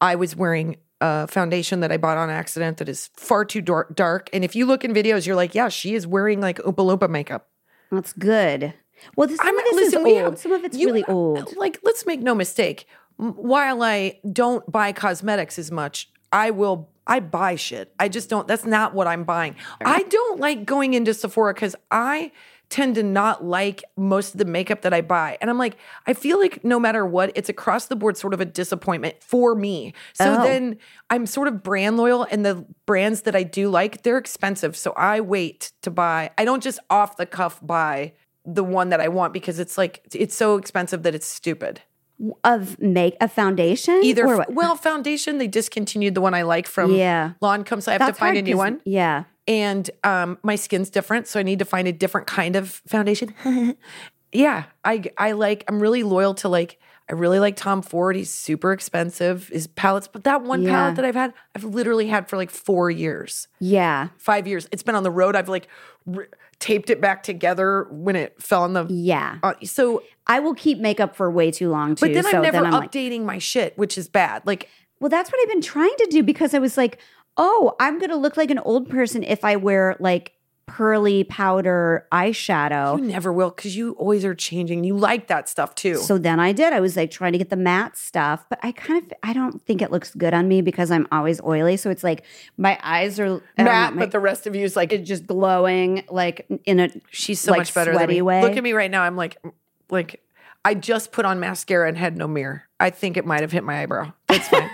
S1: I was wearing a foundation that I bought on accident that is far too dar- dark. And if you look in videos, you're like, yeah, she is wearing like Oompa Loompa makeup.
S2: That's good. Well, this, some
S1: I'm-
S2: of this
S1: listen,
S2: is
S1: we
S2: old.
S1: have-
S2: some of it's
S1: you-
S2: really old.
S1: Like, let's make no mistake. M- While I don't buy cosmetics as much, I will. I buy shit. I just don't. That's not what I'm buying. I don't like going into Sephora because I tend to not like most of the makeup that I buy. And I'm like, I feel like no matter what, it's across the board sort of a disappointment for me. So
S2: Oh.
S1: then I'm sort of brand loyal and the brands that I do like, they're expensive. So I wait to buy. I don't just off the cuff buy the one that I want because it's like it's so expensive that it's stupid.
S2: Of make a foundation,
S1: Either
S2: or what?
S1: well, foundation they discontinued the one I like from
S2: Yeah.
S1: Lancome, so I have
S2: That's
S1: to find
S2: hard
S1: a new
S2: 'cause-
S1: one.
S2: Yeah,
S1: And um, my skin's different, so I need to find a different kind of foundation. yeah, I I like I'm really loyal to like I really like Tom Ford. He's super expensive. His palettes, but that one
S2: Yeah.
S1: palette that I've had, I've literally had for like four years
S2: yeah,
S1: five years. It's been on the road. I've like r- taped it back together when it fell on the.
S2: yeah.
S1: uh, so,
S2: I will keep makeup for way too long too.
S1: but then
S2: so
S1: I'm never
S2: then I'm like,
S1: updating my shit, which is bad. Like,
S2: well, that's what I've been trying to do because I was like, oh, I'm gonna look like an old person if I wear like pearly powder eyeshadow.
S1: you never will because you always are changing. You like that stuff too.
S2: So then I did. I was like trying to get the matte stuff, but I kind of I don't think it looks good on me because I'm always oily. So it's like my eyes are I don't know,
S1: Matt,
S2: my-
S1: but the rest of you is like,
S2: it's just glowing like in a
S1: she's so
S2: like,
S1: much better than
S2: sweaty
S1: me.
S2: way.
S1: Look at me right now. I'm like, like, I just put on mascara and had no mirror. I think it might have hit my eyebrow. That's fine.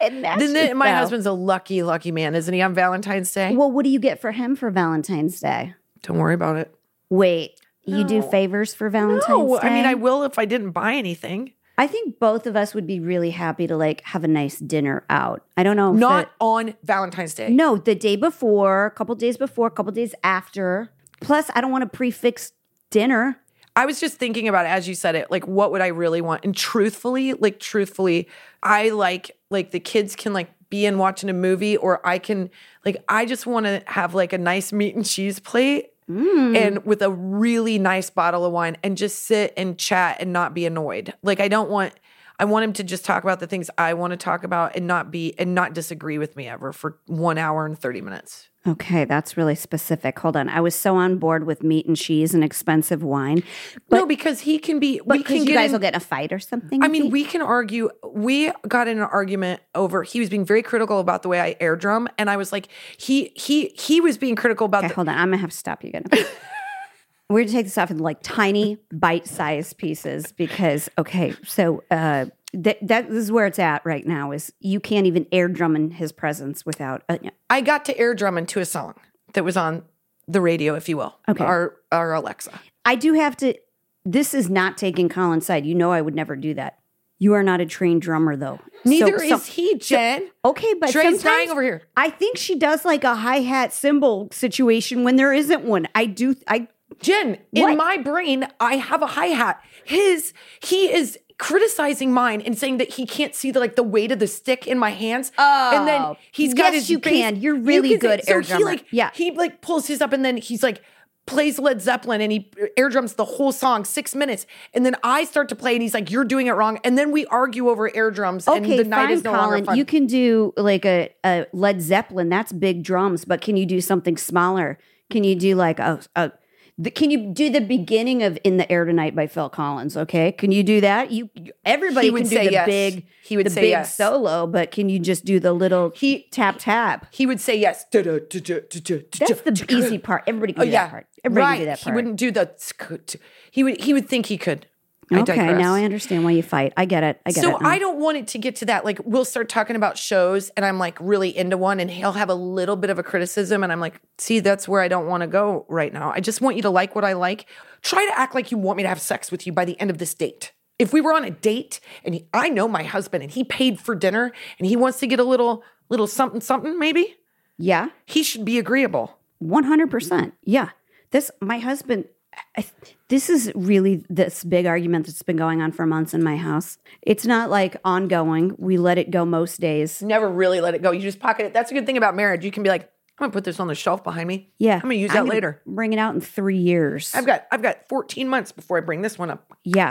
S2: It matches,
S1: then, then my
S2: though.
S1: husband's a lucky, lucky man, isn't he? On Valentine's Day,
S2: Well, what do you get for him for Valentine's Day?
S1: don't worry about it.
S2: Wait, you do
S1: No.
S2: favors for Valentine's
S1: No,
S2: Day?
S1: I mean I will if I didn't buy anything.
S2: I I think both of us would be really happy to like have a nice dinner out. I don't know. if
S1: Not on Valentine's Day.
S2: the- no, the day before, a couple days before, a couple days after. Plus, I don't want to prefix dinner.
S1: I was just thinking about it as you said it, like what would I really want? And truthfully, like truthfully, I like like the kids can like be in watching a movie or I can like I just want to have like a nice meat and cheese plate
S2: Mm.
S1: and with a really nice bottle of wine and just sit and chat and not be annoyed. Like I don't want I want him to just talk about the things I want to talk about and not be and not disagree with me ever for 1 hour and 30 minutes.
S2: Okay, that's really specific. Hold on. I was so on board with meat and cheese and expensive wine. But,
S1: no, because he can be
S2: but
S1: we can
S2: 'cause you guys
S1: in-
S2: will get in a fight or something.
S1: I
S2: you
S1: mean,
S2: think?
S1: we can argue. We got in an argument over. He was being very critical about the way I air drum, and I was like, he he he was being critical about.
S2: Okay,
S1: the,
S2: hold on. I'm gonna have to stop you again. We're gonna take this off in like tiny bite-sized pieces because okay, so uh that that this is where it's at right now is you can't even air drum in his presence without uh,
S1: I got to air drum into a song that was on the radio, if you will.
S2: Okay.
S1: Our our Alexa.
S2: I do have to this is not taking Colin's side. You know I would never do that. You are not a trained drummer though. So-
S1: Neither
S2: so-
S1: is he, Jen.
S2: Okay, but
S1: Trey's dying
S2: sometimes-
S1: over here.
S2: I think she does like a hi hat cymbal situation when there isn't one. I do. I
S1: Jen, in
S2: What?
S1: my brain, I have a hi hat. His he is criticizing mine and saying that he can't see the like the weight of the stick in my hands. and then
S2: Oh.
S1: he's got
S2: Yes,
S1: his
S2: you
S1: bass-
S2: can. You're really good
S1: so
S2: air
S1: he,
S2: drummer.
S1: like,
S2: Yeah.
S1: he like pulls his up and then he's like plays Led Zeppelin and he air drums the whole song six minutes and then I start to play and he's like you're doing it wrong and then we argue over air drums and
S2: okay,
S1: the night
S2: fine,
S1: is no longer
S2: Colin.
S1: fun.
S2: You can do like a, a Led Zeppelin. That's big drums, but can you do something smaller? Can you do like a, a the, can you do the beginning of "In the Air Tonight" by Phil Collins? Okay, can you do that? You you- everybody
S1: He would
S2: can do
S1: say
S2: the
S1: yes.
S2: big
S1: He would
S2: the
S1: say
S2: big
S1: yes.
S2: solo, but can you just do the little
S1: He-
S2: tap tap?
S1: he would say yes. That's
S2: That's the easy part. Everybody can do that part. Everybody
S1: Oh, right.
S2: can do that part.
S1: He wouldn't do the. sk- He would. He would think he could. I
S2: okay,
S1: digress.
S2: now I understand why you fight. I get it. I get
S1: so
S2: it. Um, now.
S1: I don't want it to get to that. Like we'll start talking about shows, and I'm like really into one, and he'll have a little bit of a criticism, and I'm like, see, that's where I don't want to go right now. I just want you to like what I like. Try to act like you want me to have sex with you by the end of this date. If we were on a date, and he, I know my husband, and he paid for dinner, and he wants to get a little little something something, maybe
S2: yeah.
S1: he should be agreeable.
S2: One hundred percent. Yeah. This my husband. I, this is really this big argument that's been going on for months in my house. It's not like ongoing. We let it go most days.
S1: never really let it go. You just pocket it. That's a good thing about marriage. You can be like, I'm gonna put this on the shelf behind me.
S2: Yeah,
S1: I'm gonna use that later.
S2: Bring it out in three years.
S1: I've got I've got 14 months before I bring this one up.
S2: yeah,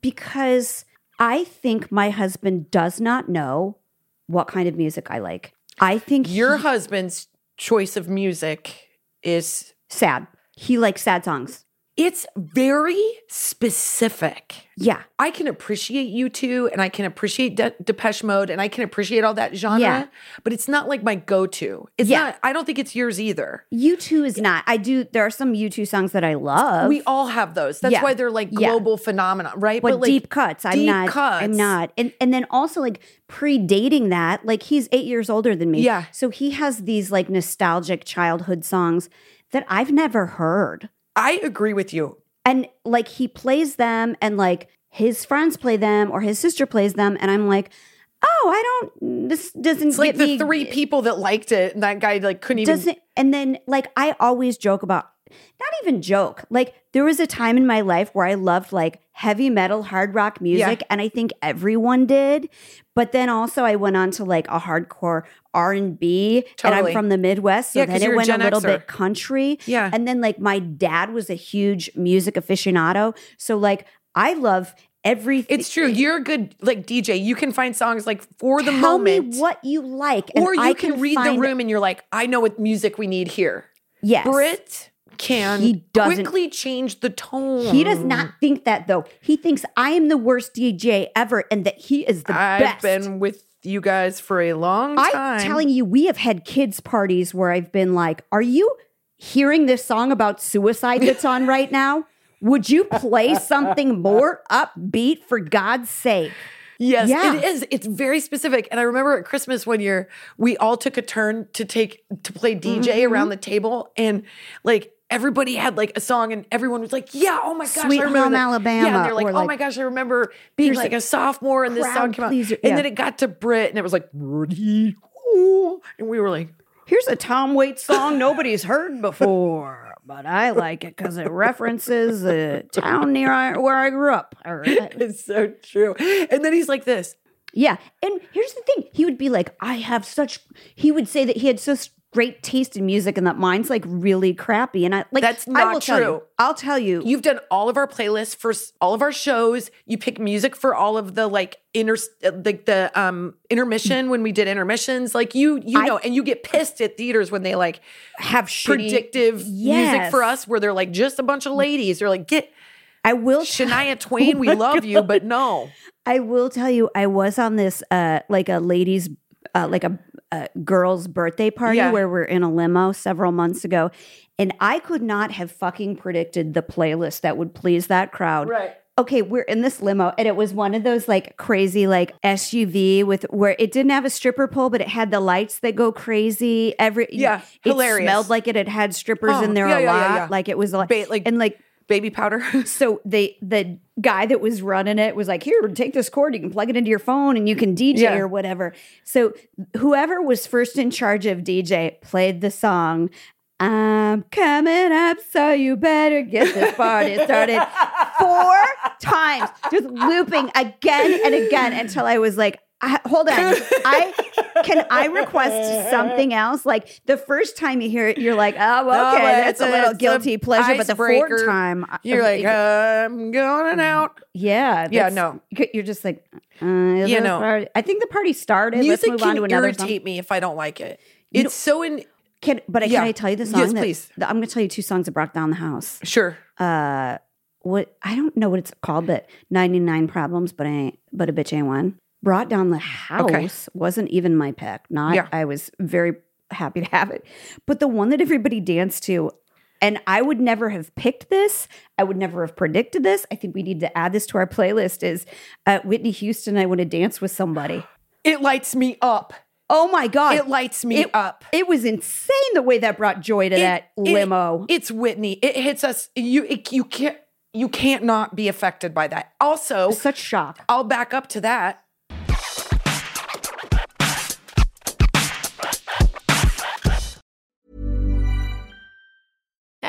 S2: because I think my husband does not know what kind of music I like. I think
S1: Your
S2: he-
S1: husband's choice of music is
S2: sad. He likes sad songs.
S1: it's very specific.
S2: Yeah,
S1: I can appreciate you two, and I can appreciate De- Depeche Mode, and I can appreciate all that genre.
S2: Yeah.
S1: But it's not like my go-to. It's
S2: Yeah.
S1: not. I don't think it's yours either.
S2: U two is not. I do. There are some U two songs that I love.
S1: we all have those. That's
S2: Yeah.
S1: why they're like
S2: Yeah.
S1: global phenomena, right?
S2: but,
S1: like,
S2: deep cuts. I'm
S1: deep
S2: not. I'm
S1: cuts.
S2: not. And and then also like predating that, like he's eight years older than me.
S1: Yeah.
S2: So he has these like nostalgic childhood songs that I've never heard,
S1: I agree with you.
S2: and like he plays them, and like his friends play them, or his sister plays them, and I'm like, oh, I don't. This doesn't
S1: It's like
S2: get
S1: the
S2: me-
S1: three people that liked it, and that guy like couldn't even.
S2: doesn't and then like I always joke about not even joke. Like there was a time in my life where I loved like heavy metal, hard rock music, and I think everyone did. But then also I went on to like a hardcore R and B, and I'm
S1: Totally.
S2: from the Midwest, so
S1: Yeah, 'cause
S2: then it
S1: you're a
S2: went a
S1: Gen
S2: little
S1: Xer.
S2: bit country.
S1: Yeah.
S2: and then like my dad was a huge music aficionado, so like I love everything.
S1: it's true. You're a good like DJ. You can find songs like for the
S2: Tell
S1: moment,
S2: me what you like, and
S1: or you
S2: I
S1: can, read the
S2: find-
S1: room and you're like, I know what music we need here.
S2: Yes,
S1: Brit can
S2: He doesn't-
S1: quickly change the tone.
S2: He does not think that though. He thinks I am the worst DJ ever and that he is the
S1: I've
S2: best.
S1: been with you guys for a long time.
S2: I'm telling you, we have had kids' parties where I've been like, Are you hearing this song about suicide that's on right now? Would you play something more upbeat for God's sake?
S1: Yes,
S2: Yeah.
S1: it is. It's very specific. And I remember at Christmas one
S2: Mm-hmm.
S1: year, we all took a turn to take to play DJ around the table and like everybody had like a song and everyone was like, yeah, oh my gosh,
S2: Sweet
S1: I remember
S2: Home
S1: that. Yeah,
S2: Alabama,
S1: and they're like,
S2: or,
S1: oh
S2: like,
S1: my gosh, I remember being
S2: there's,
S1: like
S2: like,
S1: a sophomore and this song
S2: crowd
S1: came out.
S2: pleaser-
S1: And then
S2: yeah.
S1: it got to Brit and it was like, "Pretty cool," and we were like,
S2: Here's a Tom Waits song nobody's heard before, but I like it because it references the town near I, where I grew up. Or-
S1: it's so true. And then he's like this.
S2: yeah. And here's the thing he would be like, I have such, he would say that he had such great taste in music and that mine's like really crappy. And I like,
S1: That's
S2: I
S1: not
S2: will Tell
S1: true.
S2: you, I'll tell you.
S1: You've done all of our playlists for s- all of our shows. You pick music for all of the like inter like the um intermission when we did intermissions. Like you you
S2: I-
S1: know, and you get pissed at theaters when they like
S2: have shitty,
S1: predictive music for
S2: Yes.
S1: us where they're like just a bunch of ladies. They're like get
S2: I will
S1: Shania Twain, we love you, but no.
S2: I will tell you, I was on this uh like a ladies uh, like a, a girl's birthday party
S1: Yeah.
S2: where we're in a limo several months ago, and I could not have fucking predicted the playlist that would please that crowd.
S1: Right.
S2: Okay, we're in this limo, and it was one of those like crazy like SUV with where it didn't have a stripper pole, but it had the lights that go crazy. Every
S1: Yeah,
S2: it
S1: hilarious.
S2: smelled like it had had strippers
S1: Oh,
S2: in there
S1: yeah,
S2: a
S1: yeah,
S2: lot.
S1: yeah, yeah.
S2: Like it was a lot,
S1: Ba- like-
S2: and like
S1: Baby powder.
S2: so they the guy that was running it was like, "Here, take this cord. You can plug it into your phone, and you can DJ
S1: Yeah.
S2: or whatever." So whoever was first in charge of DJ played the song. I'm coming up, so you better get this party started. Four times, just looping again and again until I was like, I, "Hold on, I can I request something else?" Like the first time you hear it, you're like, "Oh,
S1: Oh,
S2: okay,
S1: it's
S2: that's a
S1: a-
S2: little
S1: it's a
S2: guilty pleasure," but the
S1: icebreaker.
S2: fourth time, uh, Mm. I-
S1: You're like, I'm going out.
S2: yeah.
S1: Yeah,
S2: that's-
S1: no.
S2: you- You're just like, uh, you
S1: know.
S2: Party. I think the party started. Let's
S1: Music
S2: move on
S1: can
S2: to another song.
S1: irritate me if I don't like it.
S2: You
S1: It's so in
S2: Can, but I
S1: Yeah.
S2: can I tell you the
S1: Yes,
S2: song? that-
S1: please.
S2: that- I'm going to tell you two songs that brought down the house.
S1: sure.
S2: Uh, what I don't know what it's called, but 99 problems, but I ain't, but a bitch ain't one. Brought down the house
S1: Okay.
S2: wasn't even my pick. Not
S1: Yeah.
S2: I was very happy to have it, but the one that everybody danced to. And I would never have picked this. I would never have predicted this. I think we need to add this to our playlist. Is uh, Whitney Houston? I want to dance with somebody.
S1: It lights me up.
S2: Oh my god!
S1: It lights me
S2: it-
S1: up.
S2: It was insane the way that brought joy to
S1: It-
S2: that
S1: it-
S2: limo.
S1: It's Whitney. It hits us. You it, you can't you can't not be affected by that. Also,
S2: Such shock.
S1: I'll back up to that.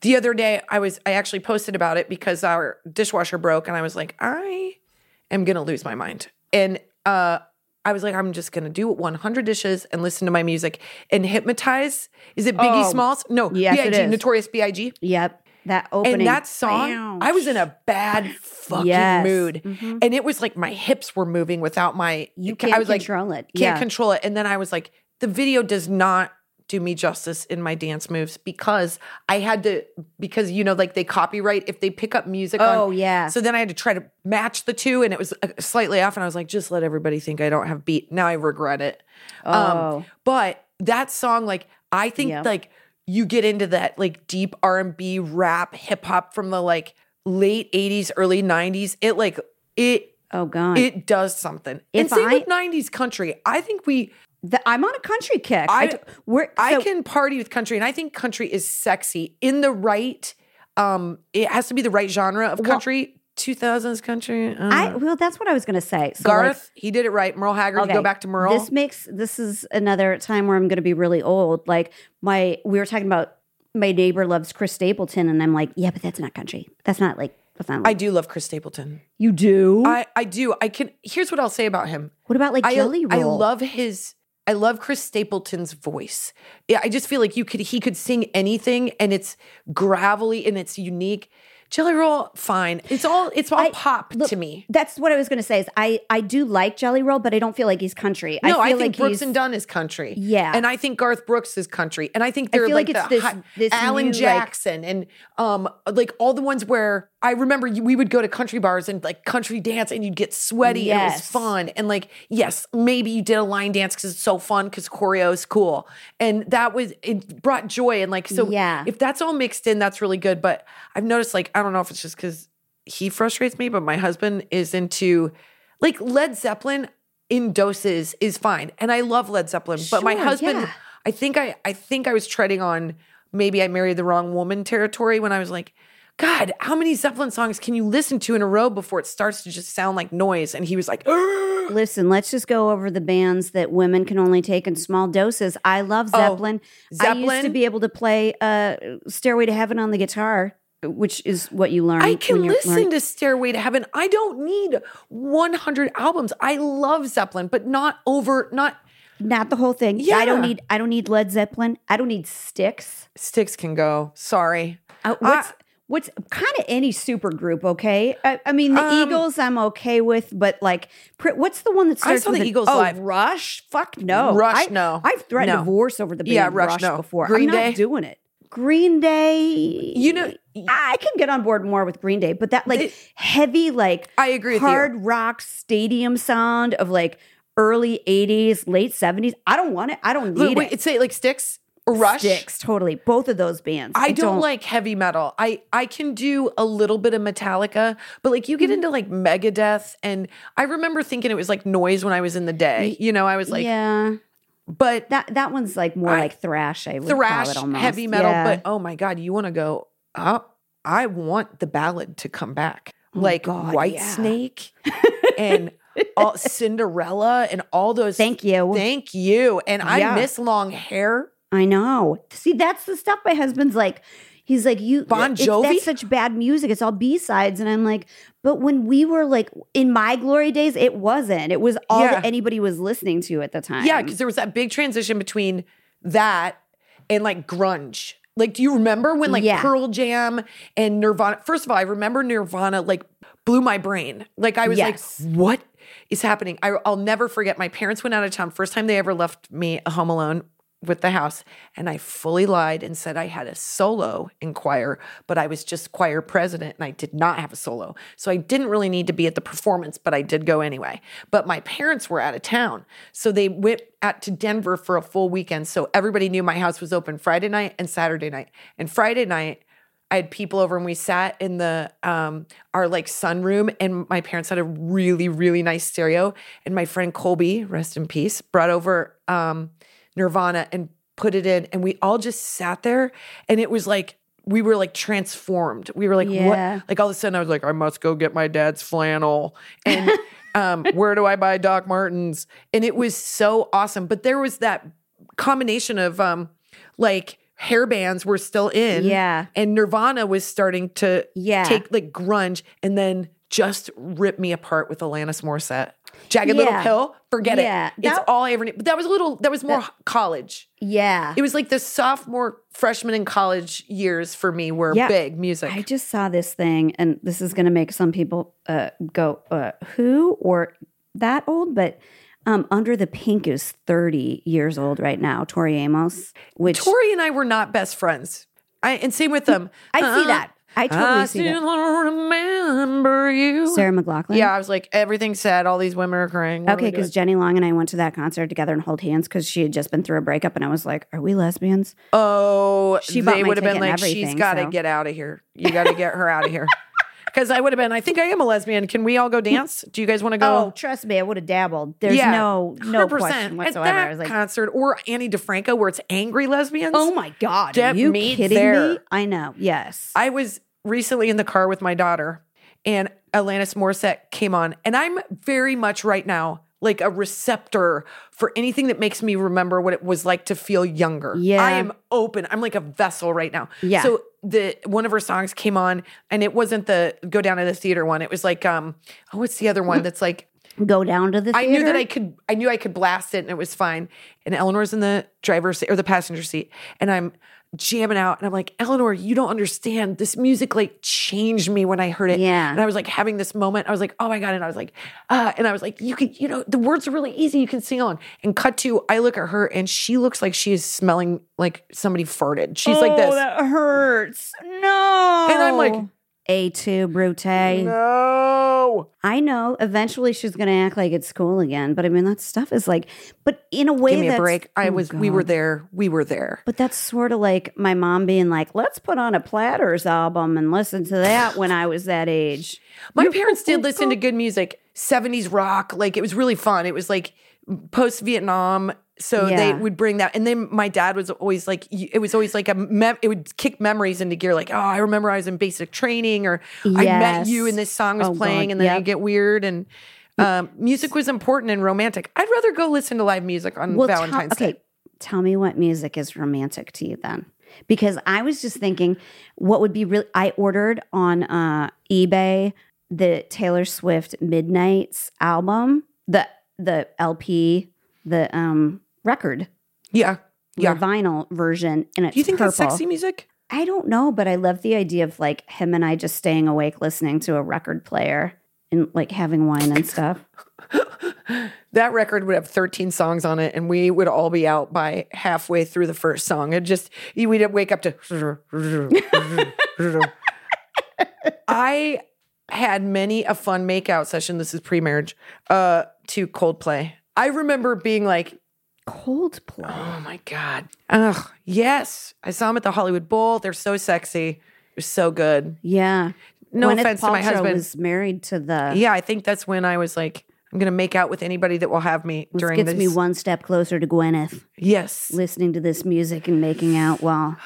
S1: The other day, I was I actually posted about it because our dishwasher broke, and I was like, I am gonna lose my mind. And uh, I was like, I'm just gonna do 100 dishes and listen to my music and hypnotize. Is it Biggie
S2: Oh,
S1: Smalls? No,
S2: yes, it
S1: Big
S2: is.
S1: Notorious Big.
S2: Yep. That opening.
S1: And that song,
S2: Wow.
S1: I was in a bad fucking
S2: Yes.
S1: mood.
S2: Mhm.
S1: And it was like my hips were moving without my
S2: You
S1: ca-
S2: can't
S1: I was like
S2: control it.
S1: can't
S2: yeah.
S1: control it. And then I was like, the video does not do me justice in my dance moves because I had to because you know, like they copyright if they pick up music on
S2: Oh yeah.
S1: so then I had to try to match the two, and it was uh, slightly off. And I was like, just let everybody think I don't have beat. Now I regret it. um,
S2: Oh.
S1: but that song, like, I think
S2: Yeah.
S1: like you get into that like deep R and B, rap, hip hop from the like late '80s, early '90s. It like it
S2: oh god.
S1: it does something. And
S2: If
S1: same
S2: I-
S1: with '90s country. I think we
S2: The- I'm on a country kick.
S1: I-
S2: d- we're,
S1: I
S2: so-
S1: can party with country, and I think country is sexy in the right. Um, it has to be the right genre of country. 2000s country. don't know.
S2: I well, that's what I was gonna say. So like,
S1: Garth, he did it right. Merle Haggard,
S2: okay,
S1: go back to Merle.
S2: This makes this is another time where I'm gonna be really old. Like my, we were talking about my neighbor loves Chris Stapleton, and I'm like, yeah, but that's not country. That's not like that's not.
S1: I
S2: Like,
S1: do love Chris Stapleton.
S2: you do.
S1: I, I do. I can. Here's what I'll say about him.
S2: what about like
S1: I
S2: Jelly
S1: I
S2: Roll?
S1: love his. I love Chris Stapleton's voice. Yeah, I just feel like you could he could sing anything, and it's gravelly and it's unique. Jelly roll, fine. It's all it's all
S2: I-
S1: pop
S2: look,
S1: to me.
S2: That's what I was going to say. Is I I do like Jelly Roll, but I don't feel like he's country.
S1: No, I,
S2: feel
S1: think
S2: like
S1: Brooks
S2: he's,
S1: and Dunn is country.
S2: Yeah.
S1: and I think Garth Brooks is country, and I think
S2: I
S1: they're
S2: feel
S1: like,
S2: like it's
S1: the
S2: this-
S1: hi-
S2: this
S1: Alan
S2: new, like-
S1: Jackson and um like all the ones where I remember you, we would go to country bars and like country dance, and you'd get sweaty. and it was
S2: Yes.
S1: fun, and like yes, maybe you did a line dance because it's so fun because choreo is cool, and that was it brought joy and like so
S2: Yeah.
S1: If that's all mixed in, that's really good. But I've noticed like I don't know if it's just because he frustrates me, but my husband is into like Led Zeppelin in doses is fine. And I love Led Zeppelin, but my
S2: Sure,
S1: husband,
S2: yeah.
S1: I think I I think I was treading on maybe I married the wrong woman territory when I was like, God, how many Zeppelin songs can you listen to in a row before it starts to just sound like noise? And he was like, "Ugh."
S2: Listen, let's just go over the bands that women can only take in small doses. I love Zeppelin. I used to
S1: Oh, Zeppelin.
S2: be able to play uh, "Stairway to Heaven" on the guitar, which is what you learn.
S1: I
S2: when
S1: can
S2: you're
S1: listen
S2: learn-
S1: to Stairway to Heaven. I don't need 100 albums. I love Zeppelin, but not over, not
S2: not the whole thing. I don't
S1: Yeah.
S2: need. I don't need Led Zeppelin. I don't need Sticks.
S1: Sticks can go. Sorry.
S2: Uh, what's
S1: I-
S2: what's kind of any super group? Okay, I, I mean the
S1: Um,
S2: Eagles. I'm okay with, but like, pr- what's the one that
S1: I
S2: starts
S1: saw
S2: with
S1: the
S2: an-
S1: Eagles
S2: oh,
S1: live.
S2: Rush. Fuck no.
S1: Rush,
S2: I,
S1: no.
S2: I've threatened
S1: No.
S2: divorce over the band
S1: Yeah, Rush,
S2: Rush,
S1: no.
S2: before.
S1: Green
S2: I'm
S1: Day?
S2: not doing it. Green Day. You
S1: know-
S2: I can get on board more with Green Day, but that like
S1: They-
S2: heavy, like
S1: I agree with you.
S2: hard rock stadium sound of like early '80s, late '70s. I don't want it. I don't need
S1: Wait, wait,
S2: it.
S1: it's say like Sticks or Rush?
S2: Sticks, totally. Both of those bands.
S1: I, don't, like heavy metal. I I can do a little bit of Metallica, but like you
S2: Mm-hmm.
S1: get into like Megadeth, and I remember thinking it was like noise when I was in the day. You know, I was like,
S2: yeah,
S1: but
S2: that that one's like more
S1: I-
S2: like thrash. I would call
S1: thrash,
S2: it almost
S1: heavy metal.
S2: Yeah.
S1: But oh my god, you want to go? Oh, I want the ballad to come back,
S2: Oh
S1: like
S2: God,
S1: White
S2: yeah.
S1: Snake and all, Cinderella and all those.
S2: thank you.
S1: Thank you. And I
S2: Yeah.
S1: miss long hair.
S2: I know. See, that's the stuff my husband's like. He's like, you
S1: Bon
S2: it's-
S1: Jovi?
S2: That's such bad music. It's all B sides, and I'm like, but when we were like in my glory days, it wasn't. It was all
S1: Yeah.
S2: that anybody was listening to at the time.
S1: Yeah, because there was that big transition between that and like grunge. Like, do you remember when like
S2: Yeah.
S1: Pearl Jam and Nirvana? First of all, I remember Nirvana like blew my brain. Like, I was
S2: Yes.
S1: like, what is happening? I, I'll never forget. My parents went out of town. First time they ever left me home alone with the house. And I fully lied and said I had a solo in choir, but I was just choir president and I did not have a solo. So I didn't really need to be at the performance, but I did go anyway. But my parents were out of town. So they went out to Denver for a full weekend. So everybody knew my house was open Friday night and Saturday night. And Friday night, I had people over and we sat in the um our like sunroom and my parents had a really really nice stereo and my friend Colby rest in peace brought over um Nirvana and put it in and we all just sat there and it was like we were like transformed we were like
S2: Yeah.
S1: what like all of a sudden I was like I must go get my dad's flannel and um where do I buy Doc Martens and it was so awesome but there was that combination of um like hair bands were still in
S2: Yeah.
S1: and Nirvana was starting to
S2: Yeah.
S1: take like grunge and then just rip me apart with Alanis Morissette. Jagged Little
S2: Yeah.
S1: Pill, forget
S2: Yeah,
S1: it. it's
S2: that-
S1: all I ever need. But that was a little, that was more college.
S2: yeah.
S1: It was like the sophomore, freshman, and college years for me were
S2: Yeah.
S1: big music.
S2: I just saw this thing, and this is going to make some people uh, go, uh, "Who?" or that old, but. Um, Under the Pink is 30 years old right now, Tori Amos, which
S1: Tori and I were not best friends. I, and same with them. Uh-uh.
S2: I see that. I totally
S1: I
S2: see that.
S1: still remember you.
S2: Sarah McLaughlin.
S1: Yeah, I was like, everything's sad. All these women are crying. What are
S2: Okay,
S1: we doing?
S2: because Jenny Long and I went to that concert together and hold hands because she had just been through a breakup, and I was like, "Are we lesbians?"
S1: Oh,
S2: She bought
S1: they
S2: my
S1: would have been
S2: ticket and
S1: like, she's
S2: everything,
S1: got to
S2: so."
S1: get out of here. You got to get her out of here. Because I would have been, I think I am a lesbian. Can we all go dance? Do you guys want to
S2: Oh,
S1: go?
S2: trust me, I would have dabbled. There's no no question whatsoever.
S1: At that
S2: I was like,
S1: concert or Annie DeFranco where it's angry lesbians.
S2: "Oh my god,
S1: Get
S2: are you
S1: me
S2: kidding
S1: there.
S2: me?" I know. Yes,
S1: I was recently in the car with my daughter and Alanis Morissette came on. And I'm very much right now like a receptor for anything that makes me remember what it was like to feel younger.
S2: Yeah.
S1: I am open. I'm like a vessel right now.
S2: Yeah.
S1: So the one of her songs
S2: Hmm.
S1: came on and it wasn't the go down to the theater one. It was like um oh what's the other one that's like
S2: go down to the
S1: I
S2: theater.
S1: knew that I could. I knew I could blast it, and it was fine. And Eleanor's in the driver's seat or the passenger seat, and I'm jamming out, and I'm like, Eleanor, you don't understand. This music like changed me when I heard it.
S2: Yeah.
S1: And I was like having this moment. I was like, oh my god, and I was like, uh, and I was like, you can, you know, the words are really easy. You can sing along. And cut to, I look at her, and she looks like she is smelling like somebody farted. She's like this,
S2: Oh, that hurts. No.
S1: and I'm like,
S2: A2 Brute.
S1: no.
S2: I know eventually she's going to act like it's cool again, but I mean, that stuff is like, but in a way,
S1: Give me a
S2: that's-
S1: break. I
S2: Oh,
S1: was. We were
S2: God.
S1: there. We were there.
S2: But that's sort of like my mom being like, let's put on a Platters album and listen to that when I was that age.
S1: My parents did listen to good music, 70s rock. Like it was really fun. It was like post Vietnam. So they
S2: Yeah.
S1: would bring that. And then my dad was always like, y- it was always like a, mem- it would kick memories into gear. Like, oh, I remember I was in basic training or I met you
S2: Yes.
S1: and this song was
S2: Oh,
S1: playing
S2: God,
S1: and then you
S2: yep.
S1: get weird. And um, music was important and romantic. I'd rather go listen to live music on
S2: tell-
S1: Valentine's Day.
S2: okay, tell me what music is romantic to you then. Because I was just thinking what would be really, I ordered on uh, eBay the Taylor Swift Midnight's album, the the LP, the um record,
S1: Yeah. Yeah.
S2: the vinyl version, and it's
S1: Do you think
S2: purple.
S1: that's sexy music?
S2: I don't know, but I love the idea of like him and I just staying awake listening to a record player and like having wine and stuff.
S1: that record would have 13 songs on it and we would all be out by halfway through the first song it just you- we'd wake up to i had many a fun makeout session this is pre-marriage uh to coldplay i remember being like
S2: Coldplay.
S1: oh my god ugh yes i saw them at the hollywood bowl they're so sexy it was so good
S2: Yeah.
S1: no
S2: Gwyneth
S1: offense to my
S2: Paltrow
S1: husband
S2: was married to the
S1: yeah i think that's when i was like i'm gonna make out with anybody that will have me
S2: This
S1: during
S2: gets
S1: this
S2: me one step closer to Gwyneth,
S1: yes
S2: listening to this music and making out while.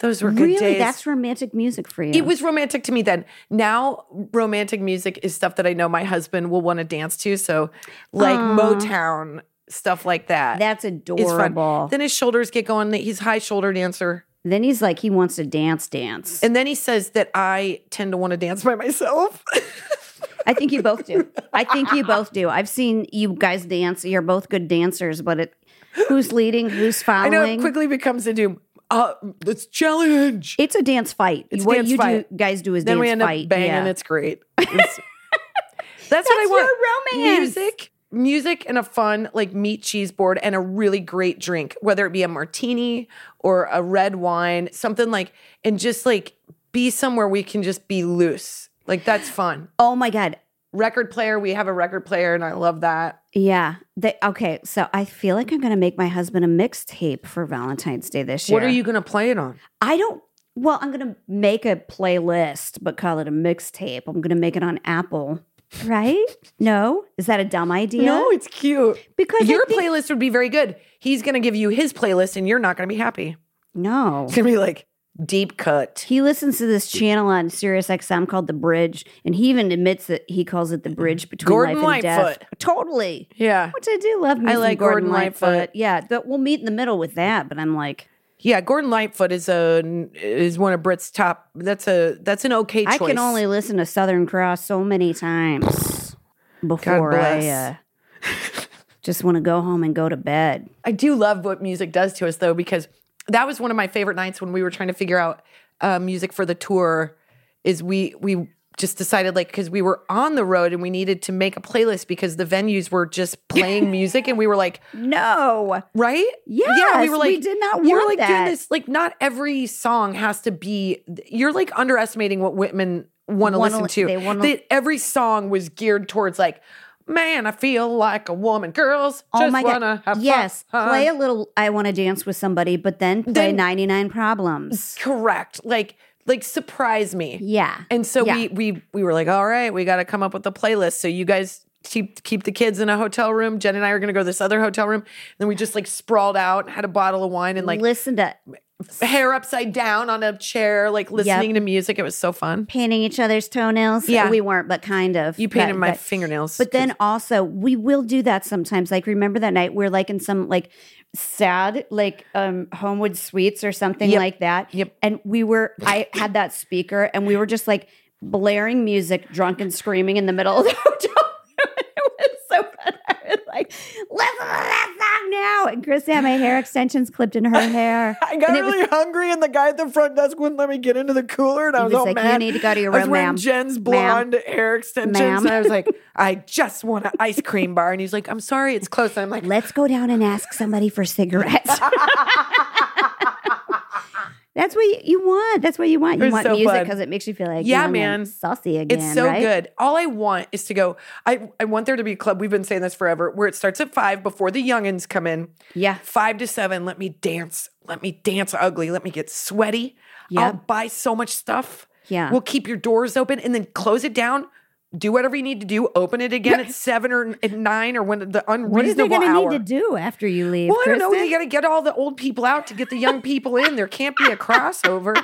S1: Those were good
S2: Really,
S1: days.
S2: that's romantic music for you.
S1: it was romantic to me then. Now, romantic music is stuff that I know my husband will want to dance to. So, like
S2: Aw.
S1: Motown stuff like that.
S2: That's
S1: is fun.
S2: adorable. Then,
S1: Then his shoulders get going. He's high shoulder dancer,
S2: he's like, he wants to dance, dance.
S1: and then he says that I tend to want to dance by myself.
S2: I think you both do. I think you both do. I've seen you guys dance. You're both good dancers, but it, who's leading? Who's
S1: I
S2: following?
S1: know it quickly becomes a doom. Uh, let's challenge.
S2: It's a dance fight.
S1: It's a
S2: what
S1: dance
S2: you
S1: fight.
S2: do, guys do is
S1: then
S2: dance
S1: we end up
S2: fight.
S1: banging.
S2: yeah.
S1: It's great. It's- that's what I
S2: That's
S1: want.
S2: your romance.
S1: Music, music, and a fun like meat cheese board, and a really great drink, whether it be a martini or a red wine, something like, and just like be somewhere we can just be loose. Like that's fun.
S2: oh my god.
S1: Record player, we have a record player, and I love that.
S2: Yeah. They, okay. So I feel like I'm going to make my husband a mixtape for Valentine's Day this year.
S1: What are you gonna play it on?
S2: I don't. Well, I'm gonna make a playlist, but call it a mixtape. I'm gonna make it on Apple, right? No, is that a dumb idea?
S1: No, it's cute.
S2: because I
S1: Your
S2: think-
S1: playlist would be very good. He's gonna give you his playlist, and you're not gonna be happy.
S2: no.
S1: It's gonna be like deep cut.
S2: He listens to this channel on Sirius XM called The Bridge, and he even admits that he calls it the bridge between
S1: Gordon
S2: life and death.
S1: Lightfoot.
S2: Totally.
S1: Yeah.
S2: Which I do love. me
S1: I
S2: some
S1: like Gordon Lightfoot.
S2: Yeah, but we'll meet in the middle with that. But I'm like,
S1: Yeah, Gordon Lightfoot is a is one of Brit's top. That's a that's an okay choice.
S2: I can only listen to Southern Cross so many times before I uh,
S1: bless.
S2: just want to go home and go to bed.
S1: I do love what music does to us though, because that was one of my favorite nights when we were trying to figure out uh, music for the tour. Is we we just decided like because we were on the road and we needed to make a playlist because the venues were just playing music and we were like
S2: No.
S1: right? yeah. We
S2: Yes,
S1: were
S2: we
S1: like,
S2: did not
S1: You're
S2: want
S1: like
S2: that.
S1: doing this. Like, not every song has to be. You're like underestimating what Whitman want to
S2: Wanna
S1: listen
S2: li-
S1: to.
S2: they wanna-
S1: That every song was geared towards like, man, I feel like a woman. Girls,
S2: Oh
S1: just
S2: my
S1: wanna
S2: god.
S1: have
S2: yes.
S1: fun.
S2: Play a little I want to dance with somebody, but then play
S1: Then-
S2: 99 problems.
S1: Correct. Like, like surprise me.
S2: Yeah.
S1: And so
S2: Yeah.
S1: we we we were like, all right, we got to come up with a playlist. So you guys keep keep the kids in a hotel room. Jen and I are going to go to this other hotel room. And then we just like sprawled out, had a bottle of wine, and like
S2: listen to
S1: hair upside down on a chair, like listening to music. It was so fun.
S2: painting each other's toenails.
S1: Yeah.
S2: We weren't, but kind of.
S1: You painted
S2: That-
S1: my
S2: that-
S1: fingernails.
S2: But then also, we will do that sometimes. Like, remember that night we're like in some like sad, like um Homewood Suites or something
S1: Yep.
S2: like that.
S1: Yep.
S2: And we were, I had that speaker, and we were just like blaring music, drunk and screaming in the middle of the hotel. room. It was listen to that song now. And Chris had my hair extensions clipped in her hair.
S1: I got
S2: and it was
S1: really hungry, and the guy at the front desk wouldn't let me get into the cooler, and I
S2: He
S1: was,
S2: was
S1: all
S2: like, "You
S1: mad.
S2: need to go to your
S1: I was
S2: room,
S1: wearing
S2: ma'am.
S1: Jen's
S2: Ma'am.
S1: blonde hair extensions,
S2: Ma'am.
S1: and I was like, "I just want an ice cream bar," and he's like, "I'm sorry, it's closed." And I'm like,
S2: Let's go down and ask somebody for cigarettes. That's what you- you want. That's what you want.
S1: It
S2: You
S1: was
S2: want
S1: so
S2: music
S1: fun.
S2: because it makes you feel like
S1: Yeah,
S2: young and
S1: man.
S2: saucy again.
S1: It's so
S2: right?
S1: good. All I want is to go. I, I want there to be a club. We've been saying this forever, where it starts at five before the youngins come in.
S2: Yeah.
S1: Five to seven. Let me dance. Let me dance ugly. Let me get sweaty. I'll
S2: Yep.
S1: buy so much stuff.
S2: Yeah.
S1: We'll keep your doors open and then close it down. Do whatever you need to do. Open it again at seven or at nine or when the
S2: What are they
S1: unreasonable
S2: going to
S1: hour.
S2: need to do after you leave?
S1: well, I don't know.
S2: Kristen?
S1: You got to get all the old people out to get the young people in. There can't be a crossover.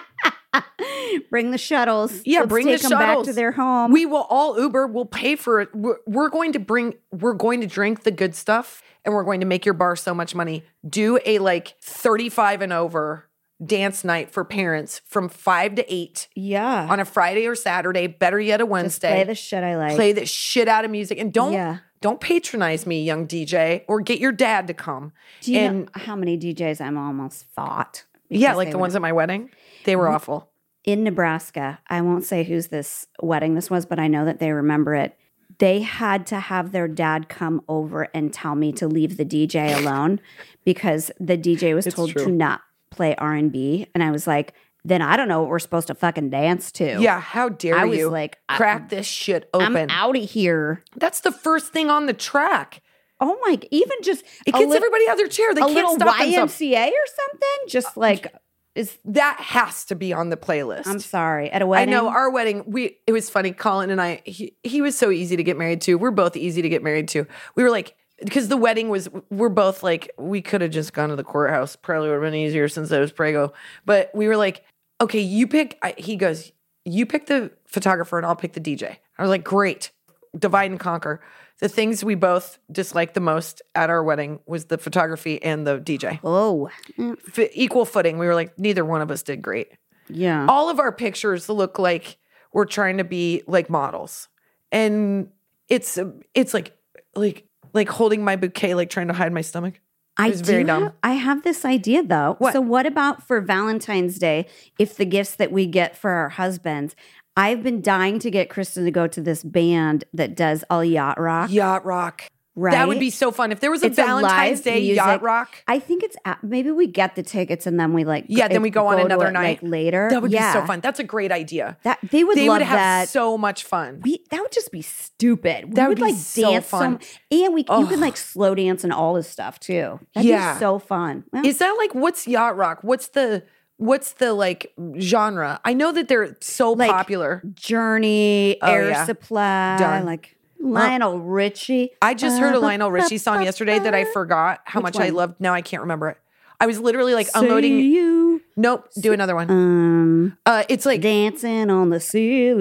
S2: Bring the shuttles.
S1: Yeah,
S2: Let's
S1: bring
S2: take
S1: the
S2: them back
S1: shuttles
S2: to their home.
S1: We will all Uber. We'll pay for it. We're, we're going to bring. We're going to drink the good stuff, and we're going to make your bar so much money. Do a like thirty-five and over dance night for parents from five to eight
S2: yeah,
S1: on a Friday or Saturday. Better yet, a
S2: Just play
S1: Wednesday.
S2: the shit I like.
S1: Play the shit out of music, and don't
S2: Yeah.
S1: don't patronize me, young DJ, or get your dad to come.
S2: Do you
S1: and
S2: know how many DJs I'm almost fought?
S1: yeah,
S2: because
S1: like
S2: they
S1: the
S2: were
S1: ones at my wedding, they were awful.
S2: in Nebraska. I won't say whose this wedding this was, but I know that they remember it. They had to have their dad come over and tell me to leave the DJ alone because the DJ was told to not play R and B, and I was like, then I don't know what we're supposed to fucking dance to.
S1: Yeah, how dare
S2: I was
S1: you?
S2: like, I-
S1: crack this shit
S2: I'm
S1: open.
S2: out of here.
S1: That's the first thing on the track.
S2: Oh my! Even just
S1: It
S2: a
S1: gets
S2: lit-
S1: everybody out of their chair. They
S2: a
S1: can't
S2: little
S1: stop
S2: YMCA
S1: themselves. Uh,
S2: or something. Just like is
S1: That has to be on the playlist.
S2: I'm sorry at a
S1: I
S2: wedding.
S1: know our wedding. We it was funny. Colin and I. He, he was so easy to get married to. We're both easy to get married to. We were like because the wedding was. We're both like we could have just gone to the courthouse. Probably would have been easier since I was prego. But we were like, okay, you pick. I, he goes, you pick the photographer and I'll pick the DJ. I was like, great. Divide and conquer. The things we both disliked the most at our wedding was the photography and the DJ.
S2: Oh Mm,
S1: F- equal footing. We were like, neither one of us did great
S2: yeah.
S1: all of our pictures look like we're trying to be like models and it's it's like like like holding my bouquet like trying to hide my stomach
S2: I
S1: was very
S2: do
S1: dumb.
S2: have- I have this idea though.
S1: What?
S2: So what about for Valentine's Day if the gifts that we get for our husbands? I've been dying to get Kristen to go to this band that does all yacht rock.
S1: yacht rock
S2: right?
S1: that would be so fun if there was a
S2: It's a
S1: valentine's
S2: live
S1: day
S2: music-
S1: yacht rock
S2: I think it's at, maybe we get the tickets and then we like
S1: yeah
S2: it-
S1: then we go on
S2: to
S1: another
S2: it,
S1: night
S2: like, later.
S1: that would
S2: yeah.
S1: be so fun that's a great idea
S2: That they would
S1: they
S2: love
S1: would have
S2: that.
S1: so much fun
S2: we that would just be stupid.
S1: That
S2: we
S1: would
S2: would,
S1: be
S2: like
S1: so
S2: dance
S1: fun.
S2: some, and we you
S1: Ugh.
S2: can like slow dance and all this stuff too. That'd
S1: Yeah.
S2: be so fun. Well,
S1: is that like what's yacht rock what's the what's the like genre i know that they're so
S2: Like,
S1: popular
S2: Journey,
S1: Oh,
S2: Air
S1: yeah.
S2: Supply,
S1: Done.
S2: like Lionel Richie.
S1: I just heard a
S2: Uh,
S1: Lionel Richie song yesterday that I forgot how
S2: Which
S1: much I
S2: one?
S1: loved. Now I can't remember it. I was literally like
S2: Say
S1: unloading.
S2: you.
S1: Nope, do another one.
S2: Um,
S1: Uh, it's like
S2: dancing on the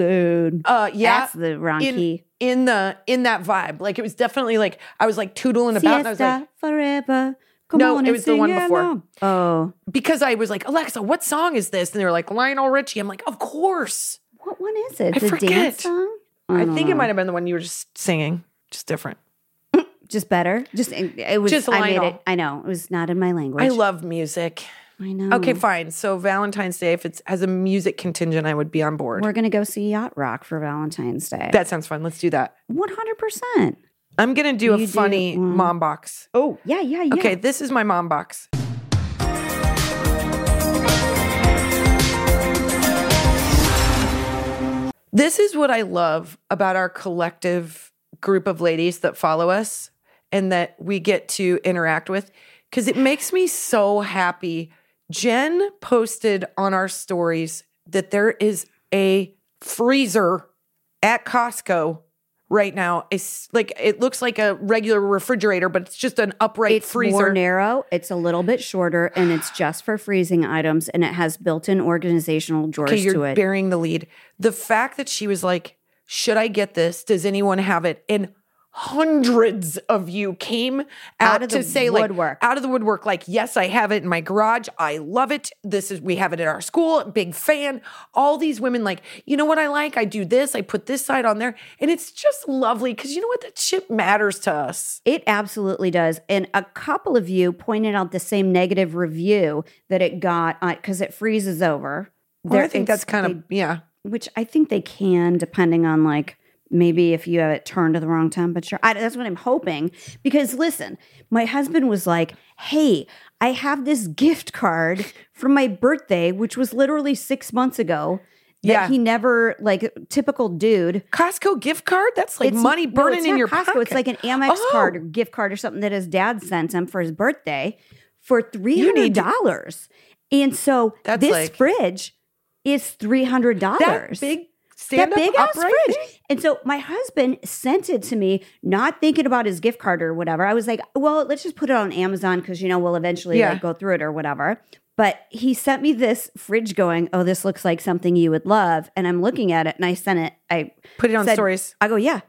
S2: ceiling.
S1: uh, yeah,
S2: That's the wrong
S1: in
S2: key.
S1: in the in that vibe. Like it was definitely like I was like tootling about, and I was like
S2: Siesta forever. Come
S1: No,
S2: on
S1: it
S2: and
S1: was the one
S2: sing
S1: before.
S2: along. Oh,
S1: because I was like Alexa, what song is this? And they were like Lionel Richie. I'm like, of course.
S2: what one is it?
S1: I
S2: It's a
S1: forget.
S2: dance song.
S1: I,
S2: don't
S1: think it
S2: know.
S1: might have been the one you were just singing, just different.
S2: just better. Just it was.
S1: Just
S2: I made
S1: Lionel.
S2: it. I know it was not in my language.
S1: I love music.
S2: I know.
S1: Okay, fine. So Valentine's Day, if it's has a music contingent, I would be on board.
S2: We're gonna go see Yacht Rock for Valentine's Day.
S1: that sounds fun. Let's do that.
S2: One hundred percent.
S1: I'm gonna do a
S2: You do-
S1: funny
S2: mm.
S1: mom box.
S2: Oh yeah, yeah, yeah.
S1: Okay, this is my mom box. This is what I love about our collective group of ladies that follow us and that we get to interact with because it makes me so happy. Jen posted on our stories that there is a freezer at Costco right now. It's like it looks like a regular refrigerator, but it's just an upright
S2: It's
S1: freezer.
S2: more narrow. It's a little bit shorter, and it's just for freezing items, and it has built-in organizational drawers
S1: Okay, you're
S2: to it.
S1: burying the lead. The fact that she was like, "Should I get this? Does anyone have it?" and hundreds of you came out,
S2: Out of
S1: to
S2: the
S1: say
S2: woodwork.
S1: like out of the woodwork like yes i have it in my garage i love it this is we have it at our school big fan all these women like you know what i like i do this i put this side on there and it's just lovely because you know what that shit matters to us
S2: It absolutely does. And a couple of you pointed out the same negative review that it got because it freezes over.
S1: Well, Oh, i
S2: There-
S1: think that's
S2: it's-
S1: kind of yeah
S2: they- which I think they can, depending on like maybe if you have it turned to the wrong temperature. I, that's what I'm hoping. Because listen, my husband was like, hey, I have this gift card from my birthday, which was literally six months ago. That
S1: Yeah.
S2: he never like typical dude.
S1: costco gift card that's like money
S2: no,
S1: burning
S2: it's
S1: in
S2: not
S1: your
S2: Costco.
S1: pocket
S2: It's like an Amex
S1: Oh.
S2: card or gift card or something that his dad sent him for his birthday for three hundred
S1: need to-
S2: dollars. And so
S1: That's
S2: this
S1: like-
S2: fridge is three hundred
S1: that
S2: dollars.
S1: big stand up
S2: big ass
S1: upright
S2: fridge.
S1: thing?
S2: And so my husband sent it to me, not thinking about his gift card or whatever. I was like, well, let's just put it on Amazon because you know we'll eventually
S1: Yeah.
S2: like go through it or whatever. But he sent me this fridge going, Oh, this looks like something you would love. And I'm looking at it and I sent it. I
S1: put it on
S2: Said-
S1: stories
S2: I go, yeah,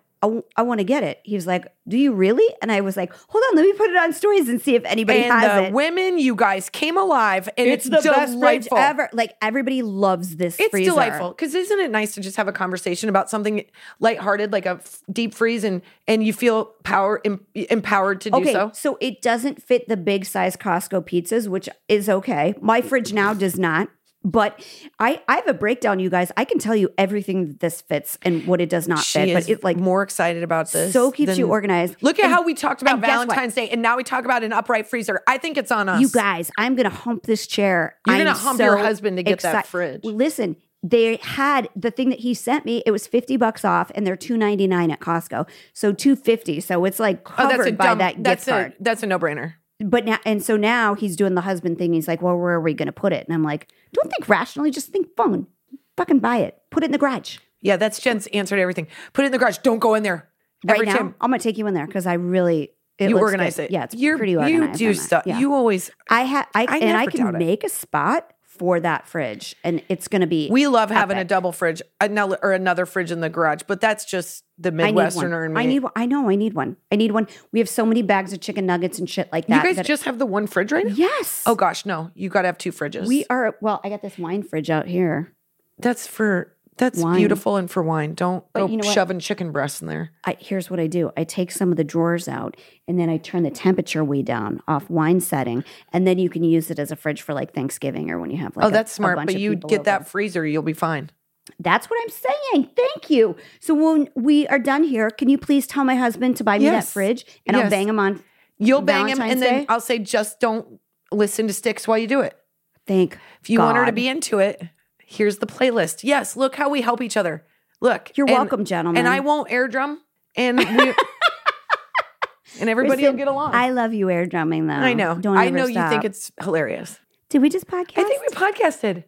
S2: I want to get it. He was like, do you really? And I was like, hold on, let me put it on stories and see if anybody
S1: and
S2: has
S1: the
S2: it.
S1: women you guys came alive and it's, delightful.
S2: fridge ever. Like everybody loves this.
S1: It's
S2: freezer.
S1: delightful because isn't it nice to just have a conversation about something lighthearted, like a f- deep freeze, and and you feel power em- empowered to do
S2: Okay,
S1: so.
S2: it doesn't fit the big size Costco pizzas, which is okay. My fridge now does not. But I, I have a breakdown, you guys. I can tell you everything that this fits and what it does not
S1: She
S2: fit.
S1: is
S2: But it like
S1: more excited about this.
S2: so keeps
S1: than-
S2: you organized.
S1: Look at
S2: And-
S1: how we talked about
S2: and guess what?
S1: Valentine's Day, and now we talk about an upright freezer. I think it's on us.
S2: You guys, I'm gonna hump this chair.
S1: You're gonna
S2: I'm
S1: hump
S2: so
S1: your husband to get that
S2: exci-
S1: fridge.
S2: Listen, they had the thing that he sent me. It was fifty bucks off, and they're two ninety nine at Costco, so two fifty. So it's like
S1: oh,
S2: covered
S1: that's a
S2: by
S1: dumb.
S2: that
S1: that's
S2: gift card.
S1: a that's a no brainer.
S2: But now, and so now he's doing the husband thing. He's like, "Well, where are we gonna put it?" And I'm like, "Don't think rationally. Just think phone. Fucking buy it. Put it in the garage
S1: Yeah, that's Jen's answer to everything. Put it in the garage. Don't go in there.
S2: right
S1: Every
S2: now.
S1: time
S2: I'm gonna take you in there because I really it
S1: you
S2: looks
S1: organize
S2: good.
S1: it.
S2: Yeah, it's
S1: You're,
S2: pretty organized.
S1: You do
S2: on that.
S1: stuff.
S2: Yeah.
S1: You always.
S2: I have, I,
S1: I
S2: and I
S1: never doubt
S2: can
S1: it.
S2: make a spot for that fridge, and it's going to be.
S1: We love having a
S2: epic.
S1: double fridge, another or another fridge in the garage, but that's just the
S2: I need one.
S1: Midwesterner in me.
S2: I need one. I know. I need one. I need one. We have so many bags of chicken nuggets and shit like
S1: you
S2: that.
S1: guys
S2: that-
S1: just have the one fridge right now?
S2: yes.
S1: Oh gosh, no. You gotta have two fridges.
S2: we are. Well, I got this wine fridge out here.
S1: that's for that's
S2: Wine.
S1: beautiful and for wine. Don't
S2: But
S1: go
S2: you know what?
S1: shoving chicken breasts in there.
S2: I, here's what I do. I take some of the drawers out, and then I turn the temperature way down off wine setting, and then you can use it as a fridge for like Thanksgiving or when you have like.
S1: oh,
S2: a-
S1: that's
S2: a
S1: smart.
S2: bunch
S1: But
S2: of
S1: you
S2: people
S1: get
S2: over.
S1: that freezer, you'll be fine.
S2: That's what I'm saying. Thank you. So when we are done here, can you please tell my husband to buy me that
S1: Yes.
S2: fridge, and I'll
S1: Yes.
S2: bang him on
S1: You'll bang him and
S2: Valentine's
S1: then
S2: Day?
S1: I'll say just don't listen to sticks while you do it.
S2: Thank
S1: If you want her to
S2: God.
S1: be into it, here's the playlist. Yes, look how we help each other. Look.
S2: You're
S1: and-
S2: welcome, gentlemen.
S1: And I won't air drum and we, and everybody
S2: Kristen,
S1: will get along.
S2: I love you air drumming though.
S1: I know.
S2: Don't
S1: I
S2: ever
S1: know you
S2: stop.
S1: think it's hilarious.
S2: Did we just podcast?
S1: I think we podcasted.